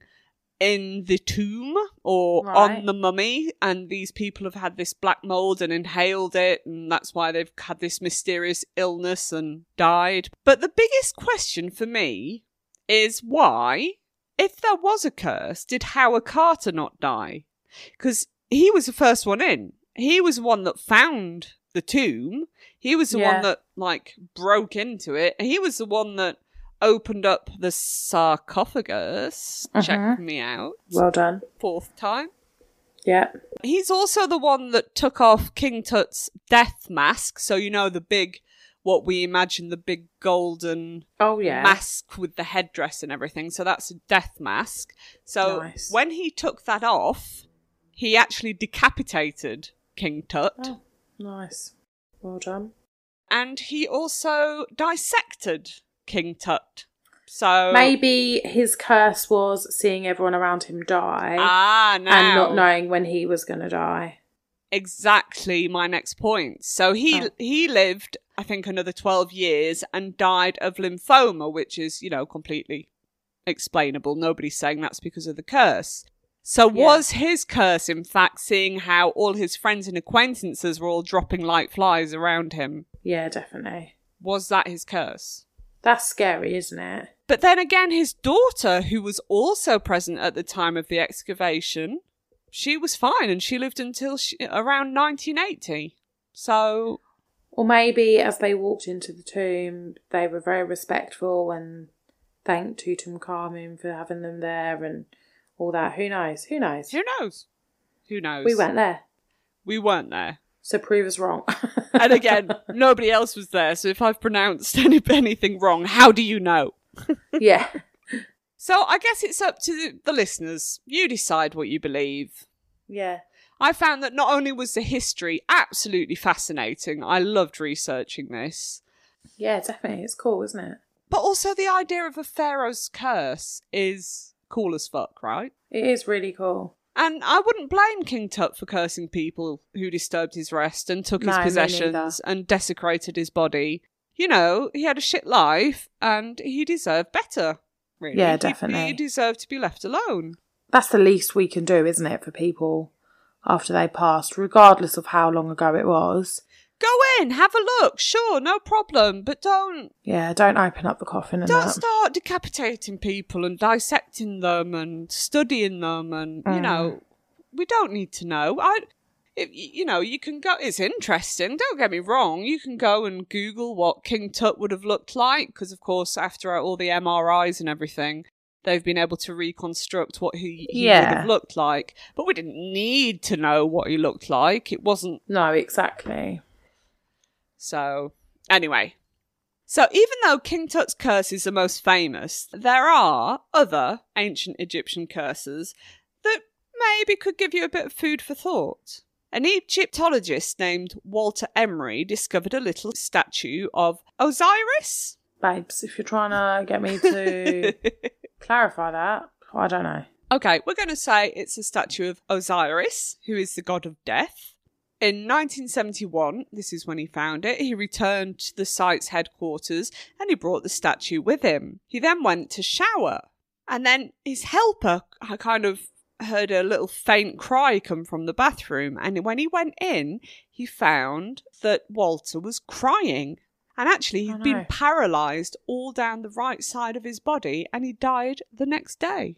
Speaker 1: in the tomb or on
Speaker 2: Right.
Speaker 1: the mummy, and these people have had this black mold and inhaled it, and that's why they've had this mysterious illness and died. But the biggest question for me is why, if there was a curse, did Howard Carter not die? Because he was the first one in. He was the one that found the tomb. He was the
Speaker 2: Yeah.
Speaker 1: one that like broke into it. He was the one that opened up the sarcophagus. Check
Speaker 2: Mhm.
Speaker 1: me out.
Speaker 2: Well done.
Speaker 1: Fourth time.
Speaker 2: Yeah.
Speaker 1: He's also the one that took off King Tut's death mask. So you know the big, what we imagine the big golden
Speaker 2: Oh yeah.
Speaker 1: mask with the headdress and everything. So that's a death mask. So
Speaker 2: Nice.
Speaker 1: when he took that off, he actually decapitated King Tut.
Speaker 2: Oh, nice. Well done.
Speaker 1: And he also dissected King Tut. So
Speaker 2: Maybe his curse was seeing everyone around him die
Speaker 1: ah now
Speaker 2: and not knowing when he was going to die.
Speaker 1: exactly my next point. So he
Speaker 2: Oh.
Speaker 1: he lived, I think, another twelve years and died of lymphoma, which is you know completely explainable. Nobody's saying that's because of the curse. So
Speaker 2: Yeah.
Speaker 1: was his curse, in fact, seeing how all his friends and acquaintances were all dropping like flies around him?
Speaker 2: Yeah, definitely.
Speaker 1: Was that his curse?
Speaker 2: That's scary, isn't it?
Speaker 1: But then again, his daughter, who was also present at the time of the excavation, she was fine and she lived until she, around 1980. So,
Speaker 2: Or maybe as they walked into the tomb, they were very respectful and thanked Tutankhamun for having them there and all that. Who knows? Who knows?
Speaker 1: who knows? Who knows?
Speaker 2: We weren't there,
Speaker 1: We weren't there.
Speaker 2: so prove us wrong.
Speaker 1: And again, nobody else was there. So if I've pronounced any, anything wrong, how do you know?
Speaker 2: yeah.
Speaker 1: So I guess it's up to the, the listeners. You decide what you believe.
Speaker 2: Yeah.
Speaker 1: I found that not only was the history absolutely fascinating, I loved researching this.
Speaker 2: Yeah, definitely. It's cool, isn't it?
Speaker 1: But also the idea of a pharaoh's curse is cool as fuck, right?
Speaker 2: It is really cool.
Speaker 1: And I wouldn't blame King Tut for cursing people who disturbed his rest and took
Speaker 2: No,
Speaker 1: his
Speaker 2: me
Speaker 1: possessions and desecrated his body. You know, he had a shit life and he deserved better. Really.
Speaker 2: Yeah,
Speaker 1: He- He,
Speaker 2: definitely.
Speaker 1: deserved to be left alone.
Speaker 2: That's the least we can do, isn't it, for people after they passed, regardless of how long ago it was.
Speaker 1: Go in, have a look, sure, no problem, but don't
Speaker 2: Yeah, don't open up the coffin and
Speaker 1: don't
Speaker 2: that.
Speaker 1: start decapitating people and dissecting them and studying them and you
Speaker 2: Mm.
Speaker 1: know we don't need to know i if, y- you know you can go it's interesting don't get me wrong you can go and google what king tut would have looked like because of course after all the mris and everything they've been able to reconstruct what he, he would
Speaker 2: Yeah.
Speaker 1: have looked like but we didn't need to know what he looked like it wasn't
Speaker 2: No, exactly.
Speaker 1: so, anyway. So, even though King Tut's curse is the most famous, there are other ancient Egyptian curses that maybe could give you a bit of food for thought. An Egyptologist named Walter Emery discovered a little statue of Osiris.
Speaker 2: Babes, if you're trying to get me to clarify that, I don't know.
Speaker 1: Okay, we're going to say it's a statue of Osiris, who is the god of death. In 1971, this is when he found it, he returned to the site's headquarters and he brought the statue with him. He then went to shower, and then his helper I kind of heard a little faint cry come from the bathroom. And when he went in, he found that Walter was crying. And actually, he
Speaker 2: Oh,
Speaker 1: had
Speaker 2: no.
Speaker 1: been paralyzed all down the right side of his body, and he died the next day.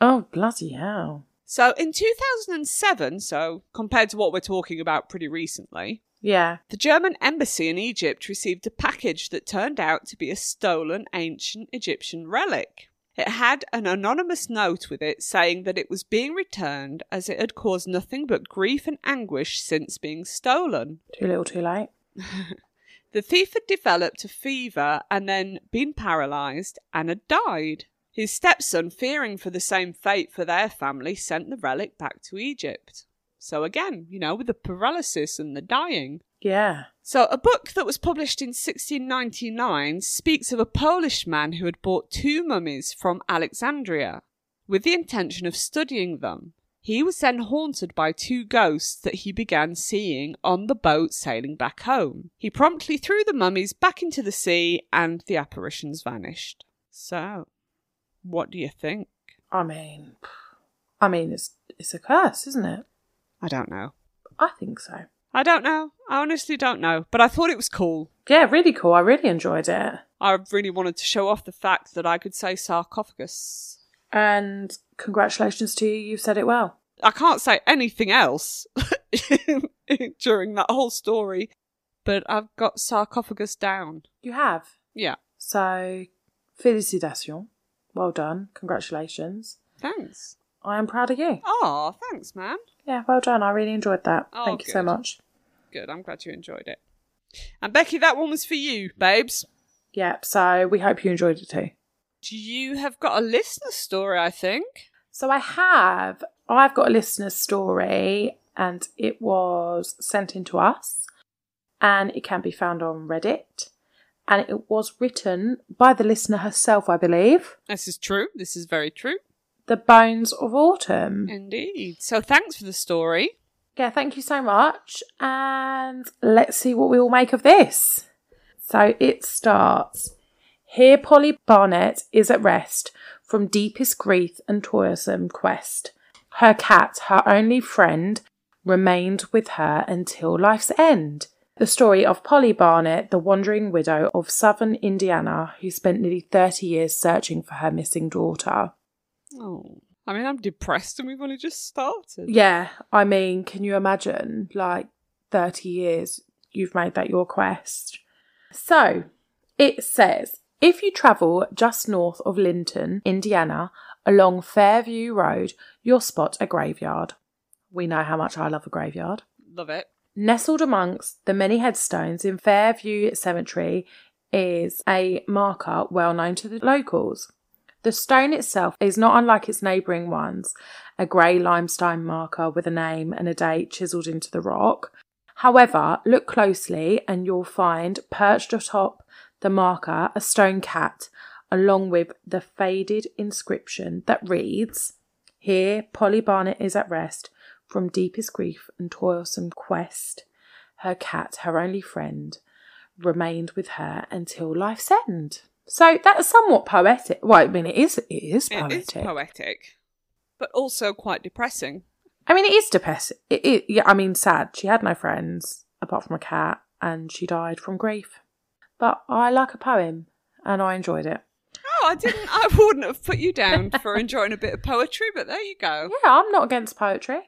Speaker 2: Oh, bloody hell.
Speaker 1: So in 2007, so compared to what we're talking about pretty recently,
Speaker 2: Yeah.
Speaker 1: the German embassy in Egypt received a package that turned out to be a stolen ancient Egyptian relic. It had an anonymous note with it saying that it was being returned as it had caused nothing but grief and anguish since being stolen.
Speaker 2: Too little, too late.
Speaker 1: The thief had developed a fever and then been paralysed and had died. His stepson, fearing for the same fate for their family, sent the relic back to Egypt. So, again, you know, with the paralysis and the dying.
Speaker 2: Yeah.
Speaker 1: So, a book that was published in 1699 speaks of a Polish man who had bought two mummies from Alexandria with the intention of studying them. He was then haunted by two ghosts that he began seeing on the boat sailing back home. He promptly threw the mummies back into the sea and the apparitions vanished. So, what do you think?
Speaker 2: I mean, I mean, it's it's a curse, isn't it?
Speaker 1: I don't know.
Speaker 2: I think so.
Speaker 1: I don't know. I honestly don't know. But I thought it was cool.
Speaker 2: Yeah, really cool. I really enjoyed it.
Speaker 1: I really wanted to show off the fact that I could say sarcophagus.
Speaker 2: And congratulations to you. You've said it well.
Speaker 1: I can't say anything else during that whole story, but I've got sarcophagus down.
Speaker 2: You have.
Speaker 1: Yeah.
Speaker 2: So, félicitations. Well done. Congratulations.
Speaker 1: Thanks.
Speaker 2: I am proud of you.
Speaker 1: Oh, thanks, man.
Speaker 2: Yeah, well done. I really enjoyed that.
Speaker 1: Oh,
Speaker 2: Thank you so
Speaker 1: good.
Speaker 2: much.
Speaker 1: Good. I'm glad you enjoyed it. And Becky, that one was for you, babes.
Speaker 2: Yep. So, we hope you enjoyed it too.
Speaker 1: You have got a listener story, I think.
Speaker 2: So, I have. I've got a listener's story, and it was sent in to us, and it can be found on Reddit. And it was written by the listener herself, I believe.
Speaker 1: This is true. This is very true.
Speaker 2: The Bones of Autumn.
Speaker 1: Mm. Indeed. So thanks for the story.
Speaker 2: Yeah, thank you so much. And let's see what we all make of this. So it starts Here Polly Barnett is at rest from deepest grief and toilsome quest. Her cat, her only friend, remained with her until life's end. The story of Polly Barnett, the wandering widow of southern Indiana, who spent nearly 30 years searching for her missing daughter.
Speaker 1: Oh. I mean, I'm depressed and we've only just started.
Speaker 2: Yeah, I mean, can you imagine? Like 30 years, you've made that your quest. So it says if you travel just north of Linton, Indiana, along Fairview Road, you'll spot a graveyard. We know how much I love a graveyard.
Speaker 1: Love it.
Speaker 2: Nestled amongst the many headstones in Fairview Cemetery is a marker well known to the locals. The stone itself is not unlike its neighbouring ones, a grey limestone marker with a name and a date chiselled into the rock. However, look closely and you'll find perched atop the marker, a stone cat, along with the faded inscription that reads Here Polly Barnett is at rest from deepest grief and toilsome quest. Her cat, her only friend, remained with her until life's end. So that's somewhat poetic. Well, I mean, it is. It is
Speaker 1: It
Speaker 2: poetic.
Speaker 1: is poetic, but also quite depressing.
Speaker 2: I mean, it is depressing. It, it, yeah, I mean, sad. She had no friends apart from a cat, and she died from grief. But I like a poem, and I enjoyed it.
Speaker 1: Oh, I didn't. I wouldn't have put you down for enjoying a bit of poetry, but there you go.
Speaker 2: Yeah, I'm not against poetry.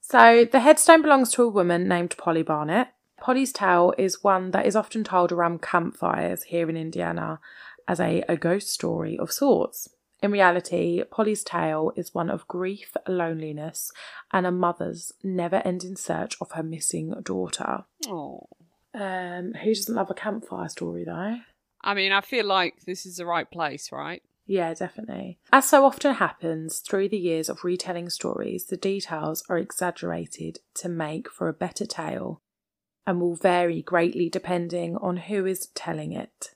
Speaker 2: So the headstone belongs to a woman named Polly Barnett. Polly's tale is one that is often told around campfires here in Indiana as a, a ghost story of sorts. In reality, Polly's tale is one of grief, loneliness, and a mother's never ending search of her missing daughter.
Speaker 1: Oh,
Speaker 2: Um, who doesn't love a campfire story though?
Speaker 1: I mean, I feel like this is the right place, right?
Speaker 2: Yeah, definitely. As so often happens through the years of retelling stories, the details are exaggerated to make for a better tale and will vary greatly depending on who is telling it.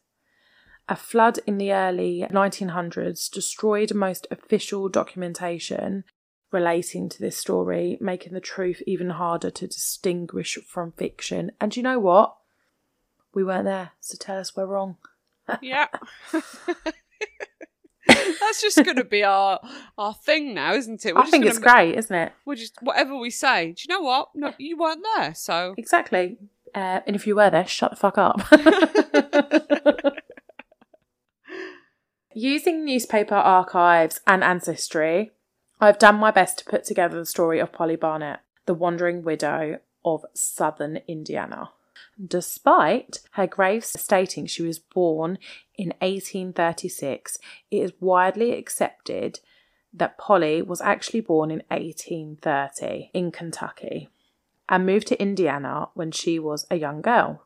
Speaker 2: A flood in the early 1900s destroyed most official documentation relating to this story, making the truth even harder to distinguish from fiction. And you know what? We weren't there, so tell us we're wrong.
Speaker 1: Yeah. That's just going to be our our thing now, isn't it? We're
Speaker 2: I
Speaker 1: just
Speaker 2: think
Speaker 1: gonna
Speaker 2: it's great, isn't it?
Speaker 1: We're just whatever we say. Do you know what? No, you weren't there, so
Speaker 2: Exactly. Uh, and if you were there, shut the fuck up. Using newspaper archives and ancestry, I've done my best to put together the story of Polly Barnett, the wandering widow of southern Indiana. Despite her grave stating she was born in 1836, it is widely accepted that Polly was actually born in 1830 in Kentucky and moved to Indiana when she was a young girl.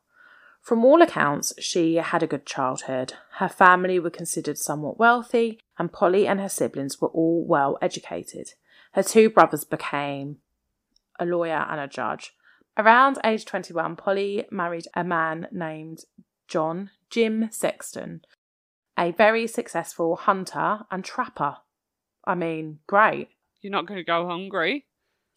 Speaker 2: From all accounts, she had a good childhood. Her family were considered somewhat wealthy, and Polly and her siblings were all well educated. Her two brothers became a lawyer and a judge. Around age 21, Polly married a man named John Jim Sexton, a very successful hunter and trapper. I mean, great.
Speaker 1: you're not going to go hungry.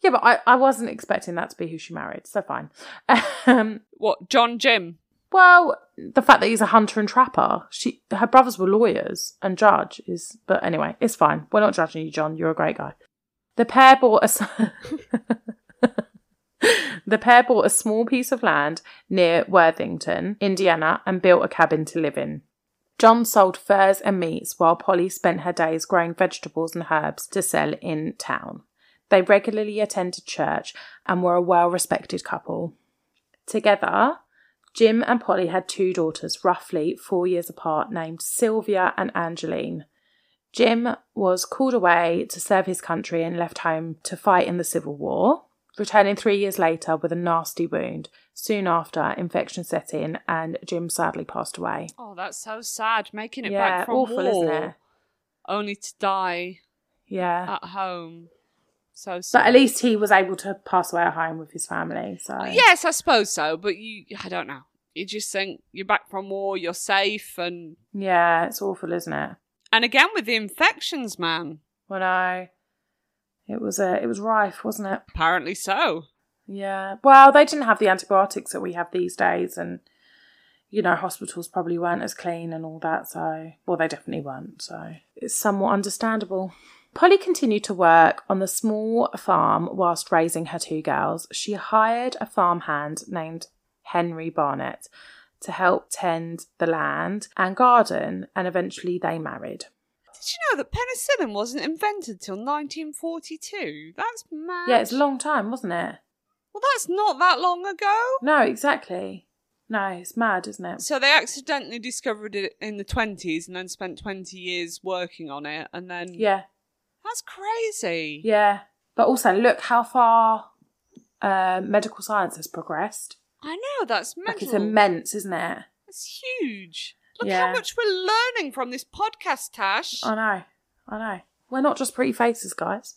Speaker 2: Yeah, but I, I wasn't expecting that to be who she married, so fine. Um,
Speaker 1: What, John Jim?
Speaker 2: well, the fact that he's a hunter and trapper, she her brothers were lawyers and judge is, but anyway, it's fine. We're not judging you, John. You're a great guy. The pair bought a. s- The pair bought a small piece of land near Worthington, Indiana, and built a cabin to live in. John sold furs and meats while Polly spent her days growing vegetables and herbs to sell in town. They regularly attended church and were a well respected couple. Together, Jim and Polly had two daughters, roughly four years apart, named Sylvia and Angeline. Jim was called away to serve his country and left home to fight in the Civil War, returning three years later with a nasty wound. Soon after, infection set in and Jim sadly passed away.
Speaker 1: Oh, that's so sad. Making it
Speaker 2: Yeah,
Speaker 1: back from
Speaker 2: awful,
Speaker 1: war, Ah,
Speaker 2: isn't it?
Speaker 1: only to die
Speaker 2: Yeah.
Speaker 1: at home. So sad.
Speaker 2: but at least he was able to pass away at home with his family. So
Speaker 1: Yes, I suppose so. But you, I don't know. You just think you're back from war, you're safe, and
Speaker 2: Yeah, it's awful, isn't it?
Speaker 1: and again with the infections, man.
Speaker 2: Well, no, it was uh, it was rife, wasn't it?
Speaker 1: Apparently so.
Speaker 2: Yeah. Well, they didn't have the antibiotics that we have these days, and you know, hospitals probably weren't as clean and all that. So, well, they definitely weren't. So, it's somewhat understandable. Polly continued to work on the small farm whilst raising her two girls. She hired a farmhand named Henry Barnett to help tend the land and garden, and eventually they married.
Speaker 1: Did you know that penicillin wasn't invented till 1942? That's mad.
Speaker 2: Yeah, it's a long time, wasn't it?
Speaker 1: Well, that's not that long ago.
Speaker 2: No, exactly. No, it's mad, isn't it?
Speaker 1: So they accidentally discovered it in the 20s and then spent 20 years working on it and then
Speaker 2: Yeah.
Speaker 1: That's crazy.
Speaker 2: Yeah, but also look how far uh, medical science has progressed.
Speaker 1: I know that's mental.
Speaker 2: Like it's immense, isn't it?
Speaker 1: That's huge. Look
Speaker 2: Yeah. Um,
Speaker 1: how much we're learning from this podcast, Tash.
Speaker 2: I know, I know. We're not just pretty faces, guys.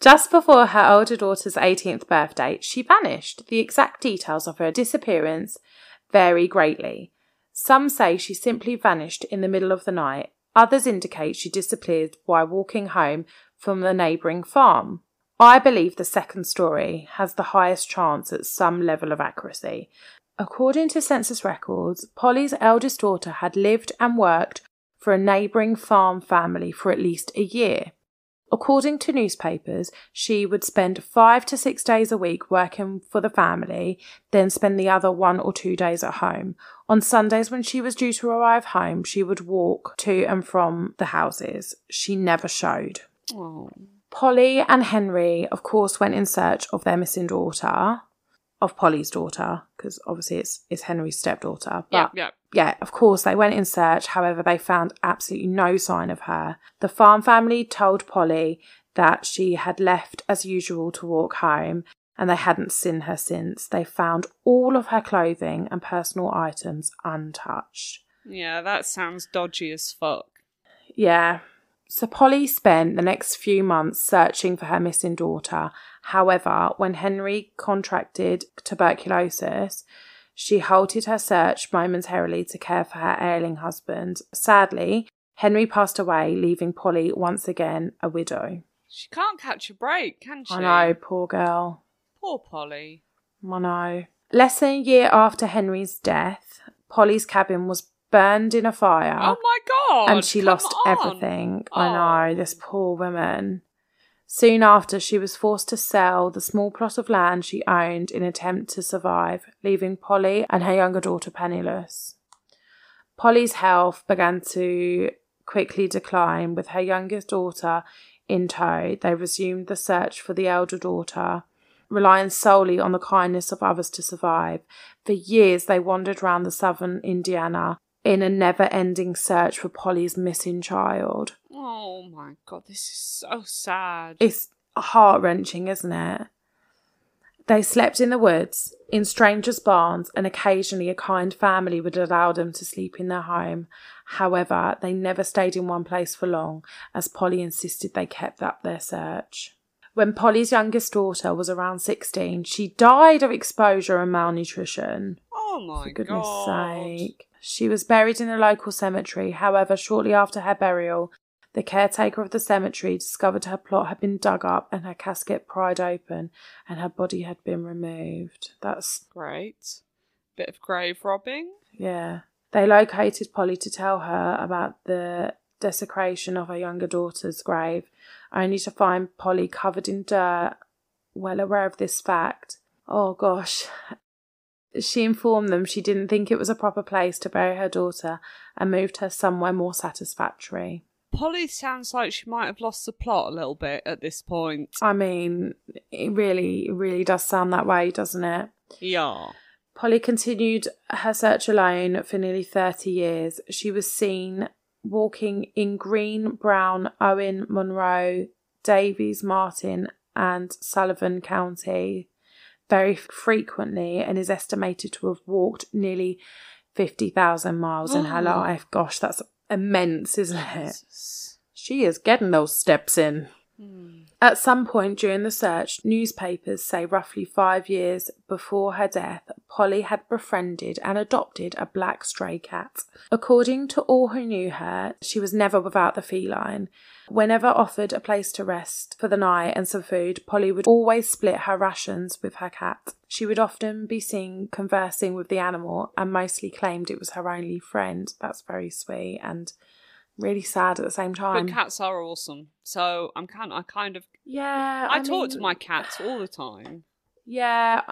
Speaker 2: Just before her older daughter's 18th birthday, she vanished. The exact details of her disappearance vary greatly. Some say she simply vanished in the middle of the night. Others indicate she disappeared while walking home from the neighbouring farm. I believe the second story has the highest chance at some level of accuracy. According to census records, Polly's eldest daughter had lived and worked for a neighbouring farm family for at least a year. According to newspapers, she would spend five to six days a week working for the family, then spend the other one or two days at home. On Sundays, when she was due to arrive home, she would walk to and from the houses. She never showed.
Speaker 1: Oh.
Speaker 2: Polly and Henry, of course, went in search of their missing daughter, of Polly's daughter, because obviously it's, it's Henry's stepdaughter. But
Speaker 1: Yeah, yeah.
Speaker 2: yeah, of course, they went in search. However, they found absolutely no sign of her. The farm family told Polly that she had left as usual to walk home and they hadn't seen her since. They found all of her clothing and personal items untouched.
Speaker 1: Yeah, that sounds dodgy as fuck.
Speaker 2: Yeah. So Polly spent the next few months searching for her missing daughter. However, when Henry contracted tuberculosis, she halted her search momentarily to care for her ailing husband. Sadly, Henry passed away, leaving Polly once again a widow.
Speaker 1: She can't catch a break, can she?
Speaker 2: I know, poor girl.
Speaker 1: Poor Polly.
Speaker 2: Mono. Less than a year after Henry's death, Polly's cabin was burned in a fire.
Speaker 1: Oh my god!
Speaker 2: and she
Speaker 1: come
Speaker 2: lost
Speaker 1: on.
Speaker 2: everything.
Speaker 1: Oh.
Speaker 2: I know, this poor woman. Soon after, she was forced to sell the small plot of land she owned in attempt to survive, leaving Polly and her younger daughter penniless. Polly's health began to quickly decline. With her youngest daughter in tow, they resumed the search for the elder daughter, relying solely on the kindness of others to survive. For years, they wandered round the southern Indiana in a never ending search for Polly's missing child.
Speaker 1: Oh my god, this is so sad.
Speaker 2: It's heart wrenching, isn't it? They slept in the woods, in strangers' barns, and occasionally a kind family would allow them to sleep in their home. However, they never stayed in one place for long, as Polly insisted they kept up their search. When Polly's youngest daughter was around 16, she died of exposure and malnutrition.
Speaker 1: oh my
Speaker 2: For goodness
Speaker 1: god.
Speaker 2: sake. She was buried in a local cemetery. However, shortly after her burial, the caretaker of the cemetery discovered her plot had been dug up and her casket pried open and her body had been removed. That's,
Speaker 1: Great. Bit of grave robbing.
Speaker 2: yeah. They located Polly to tell her about the desecration of her younger daughter's grave, only to find Polly covered in dirt, well aware of this fact. Oh gosh, she informed them she didn't think it was a proper place to bury her daughter and moved her somewhere more satisfactory.
Speaker 1: Polly sounds like she might have lost the plot a little bit at this point.
Speaker 2: I mean, it really, it really does sound that way, doesn't it?
Speaker 1: Yeah.
Speaker 2: Polly continued her search alone for nearly 30 years. She was seen walking in Green, Brown, Owen, Monroe, Davies, Martin, and Sullivan County very frequently and is estimated to have walked nearly 50,000 miles in her
Speaker 1: Oh.
Speaker 2: life. Gosh, that's immense, isn't it?
Speaker 1: Jesus.
Speaker 2: She is getting those steps in.
Speaker 1: Hmm.
Speaker 2: At some point during the search, newspapers say roughly five years before her death, Polly had befriended and adopted a black stray cat. According to all who knew her, she was never without the feline. Whenever offered a place to rest for the night and some food, Polly would always split her rations with her cat. She would often be seen conversing with the animal and mostly claimed it was her only friend. That's very sweet and really sad at the same time.
Speaker 1: But cats are awesome. So I'm kind I kind of
Speaker 2: yeah,
Speaker 1: I, talk to
Speaker 2: mean-
Speaker 1: my cats all the time.
Speaker 2: Yeah,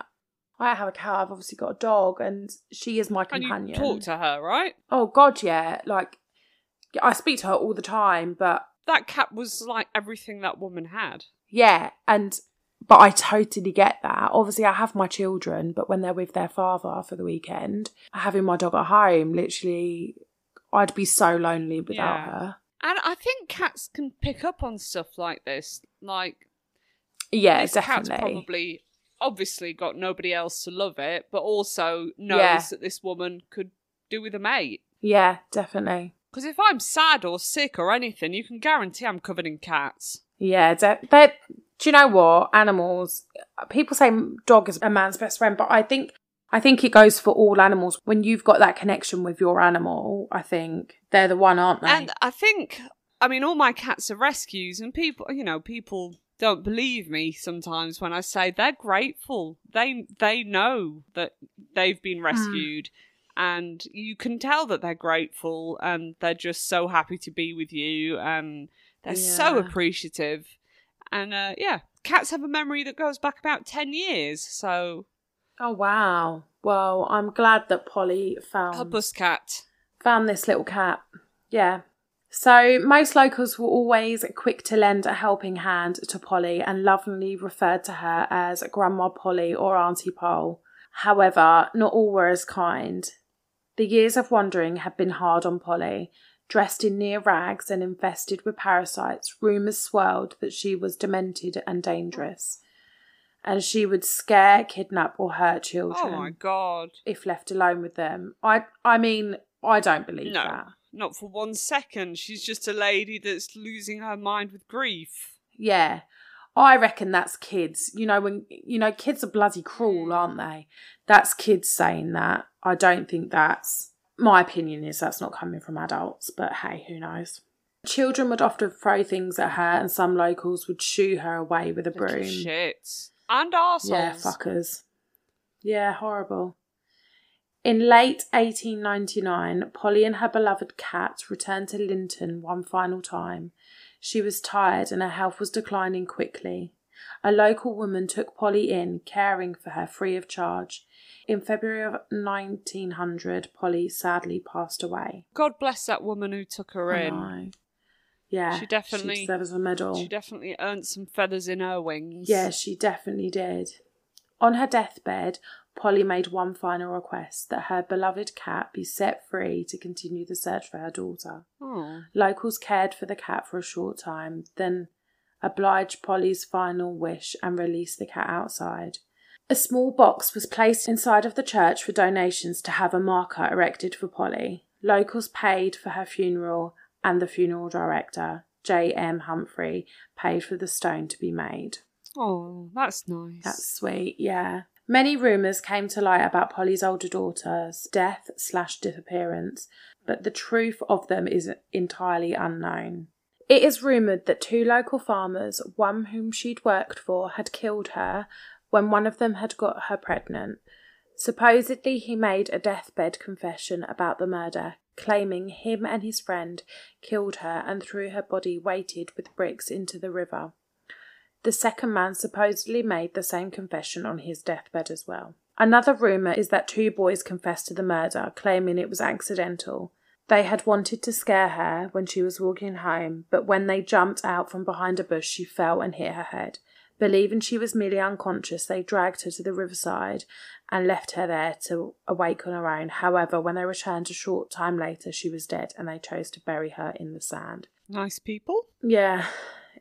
Speaker 2: I have a cat. I've obviously got a dog, and she is my
Speaker 1: And
Speaker 2: companion.
Speaker 1: you talk to her, right?
Speaker 2: oh God, yeah. Like yeah, I speak to her all the time, but
Speaker 1: That cat was like everything that woman had.
Speaker 2: yeah, and but I totally get that. Obviously, I have my children, but when they're with their father for the weekend, having my dog at home, literally, I'd be so lonely without
Speaker 1: Yeah.
Speaker 2: her.
Speaker 1: And I think cats can pick up on stuff like this. Like
Speaker 2: Yeah,
Speaker 1: this cat's
Speaker 2: definitely.
Speaker 1: probably obviously got nobody else to love it, but also knows
Speaker 2: Yeah.
Speaker 1: that this woman could do with a mate.
Speaker 2: Yeah, definitely.
Speaker 1: Because if I'm sad or sick or anything, you can guarantee I'm covered in cats.
Speaker 2: Yeah, de- they're. Do you know what animals? People say dog is a man's best friend, but I think I think it goes for all animals. When you've got that connection with your animal, I think they're the one, aren't they?
Speaker 1: And I think, I mean, all my cats are rescues, and people, you know, people don't believe me sometimes when I say they're grateful. They they know that they've been rescued, and you can tell that they're grateful, and they're just so happy to be with you, and they're so
Speaker 2: Yeah.
Speaker 1: appreciative. And uh, yeah, cats have a memory that goes back about ten years. So
Speaker 2: oh wow. Well, I'm glad that Polly found
Speaker 1: a bus cat.
Speaker 2: found this little cat. Yeah. So most locals were always quick to lend a helping hand to Polly and lovingly referred to her as Grandma Polly or Auntie Poll. However, not all were as kind. The years of wandering had been hard on Polly. Dressed in near rags and infested with parasites, rumours swirled that she was demented and dangerous, and she would scare, kidnap, or hurt children
Speaker 1: Oh my god.
Speaker 2: if left alone with them. I I mean, I don't believe
Speaker 1: No.
Speaker 2: that.
Speaker 1: Not for one second. She's just a lady that's losing her mind with grief.
Speaker 2: Yeah. I reckon that's kids. You know, when you know, kids are bloody cruel, aren't they? That's kids saying that. I don't think that's my opinion is that's not coming from adults, but hey, who knows? Children would often throw things at her and some locals would shoo her away with a
Speaker 1: Little
Speaker 2: broom.
Speaker 1: Shit. And arseholes.
Speaker 2: Yeah, fuckers. Yeah, horrible. In late 1899, Polly and her beloved cat returned to Linton one final time. She was tired and her health was declining quickly. A local woman took Polly in, caring for her free of charge. In February of 1900, Polly sadly passed away.
Speaker 1: God bless that woman who took her
Speaker 2: I
Speaker 1: in.
Speaker 2: know. Yeah,
Speaker 1: She definitely-
Speaker 2: she deserves a medal.
Speaker 1: She definitely earned some feathers in her wings.
Speaker 2: Yeah, she definitely did. On her deathbed, Polly made one final request that her beloved cat be set free to continue the search for her daughter.
Speaker 1: Oh.
Speaker 2: Locals cared for the cat for a short time, then obliged Polly's final wish and released the cat outside. A small box was placed inside of the church for donations to have a marker erected for Polly. Locals paid for her funeral, and the funeral director, J.M. Humphrey, paid for the stone to be made.
Speaker 1: Oh, that's nice.
Speaker 2: That's sweet, yeah. Many rumours came to light about Polly's older daughter's death slash disappearance, but the truth of them is entirely unknown. It is rumoured that two local farmers, one whom she'd worked for, had killed her when one of them had got her pregnant. Supposedly, he made a deathbed confession about the murder, claiming him and his friend killed her and threw her body weighted with bricks into the river. The second man supposedly made the same confession on his deathbed as well. Another rumour is that two boys confessed to the murder, claiming it was accidental. They had wanted to scare her when she was walking home, but when they jumped out from behind a bush, she fell and hit her head. Believing she was merely unconscious, they dragged her to the riverside and left her there to awake on her own. However, when they returned a short time later, she was dead and they chose to bury her in the sand.
Speaker 1: Nice people.
Speaker 2: Yeah.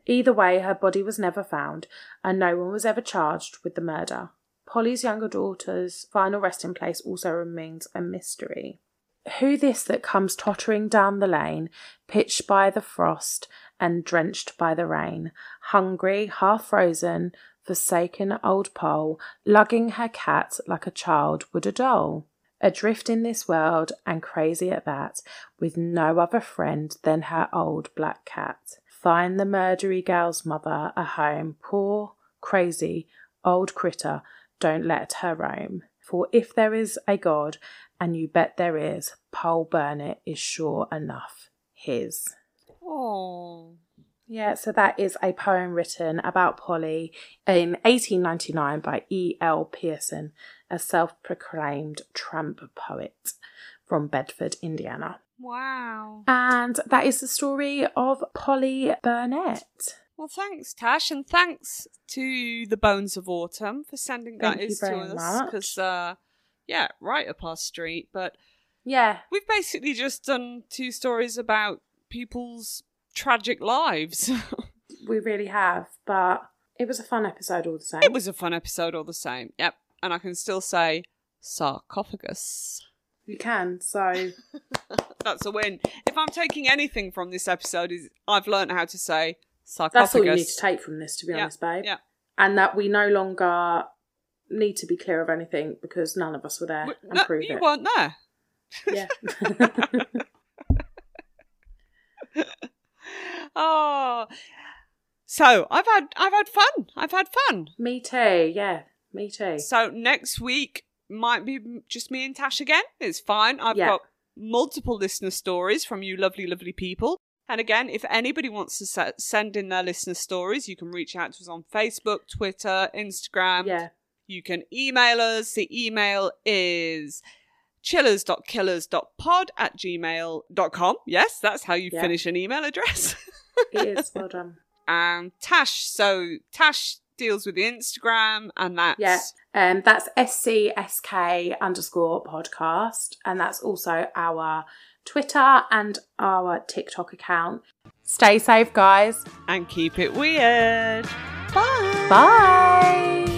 Speaker 2: Either way, her body was never found, and no one was ever charged with the murder. Polly's younger daughter's final resting place also remains a mystery. Who this that comes tottering down the lane, pitched by the frost and drenched by the rain, hungry, half frozen, forsaken old Poll, lugging her cat like a child would a doll? Adrift in this world and crazy at that, with no other friend than her old black cat. Find the murdery gal's mother a home, poor, crazy, old critter, don't let her roam. For if there is a God, and you bet there is, Poll Burnett is sure enough his.
Speaker 1: Oh.
Speaker 2: Yeah, so that is a poem written about Polly in 1899 by E.L. Pearson, a self proclaimed tramp poet from Bedford, Indiana.
Speaker 1: Wow.
Speaker 2: And that is the story of Polly Burnett.
Speaker 1: Well, thanks, Tash, and thanks to the Bones of Autumn for sending
Speaker 2: Thank
Speaker 1: that
Speaker 2: you
Speaker 1: is to
Speaker 2: very
Speaker 1: us.
Speaker 2: much.
Speaker 1: Because, uh, yeah, right up our street. But
Speaker 2: Yeah,
Speaker 1: we've basically just done two stories about people's tragic lives.
Speaker 2: we really have, but it was a fun episode all the same.
Speaker 1: It was a fun episode all the same. Yep. And I can still say sarcophagus.
Speaker 2: You can, so
Speaker 1: That's a win. If I'm taking anything from this episode is I've learned how to say sarcophagus.
Speaker 2: that's all you need to take from this, to be
Speaker 1: Yeah,
Speaker 2: honest, babe.
Speaker 1: yeah.
Speaker 2: And that we no longer need to be clear of anything because none of us were there and
Speaker 1: No,
Speaker 2: prove
Speaker 1: you
Speaker 2: it.
Speaker 1: weren't there.
Speaker 2: Yeah.
Speaker 1: Oh, so I've had I've had fun. I've had fun.
Speaker 2: me too. Yeah. Me too.
Speaker 1: So next week might be just me and Tash again. It's fine. I've
Speaker 2: Yeah.
Speaker 1: got multiple listener stories from you, lovely, lovely people. And again, if anybody wants to se- send in their listener stories, you can reach out to us on Facebook, Twitter, Instagram.
Speaker 2: Yeah.
Speaker 1: You can email us. The email is chillers.killers.pod at gmail.com. Yes, that's how you
Speaker 2: Yeah.
Speaker 1: finish an email address.
Speaker 2: It is. Well done.
Speaker 1: and Tash, so Tash deals with the Instagram, and that's
Speaker 2: Yeah. Um, that's SCSK underscore podcast. And that's also our Twitter and our TikTok account. Stay safe, guys.
Speaker 1: and keep it weird. Bye.
Speaker 2: Bye.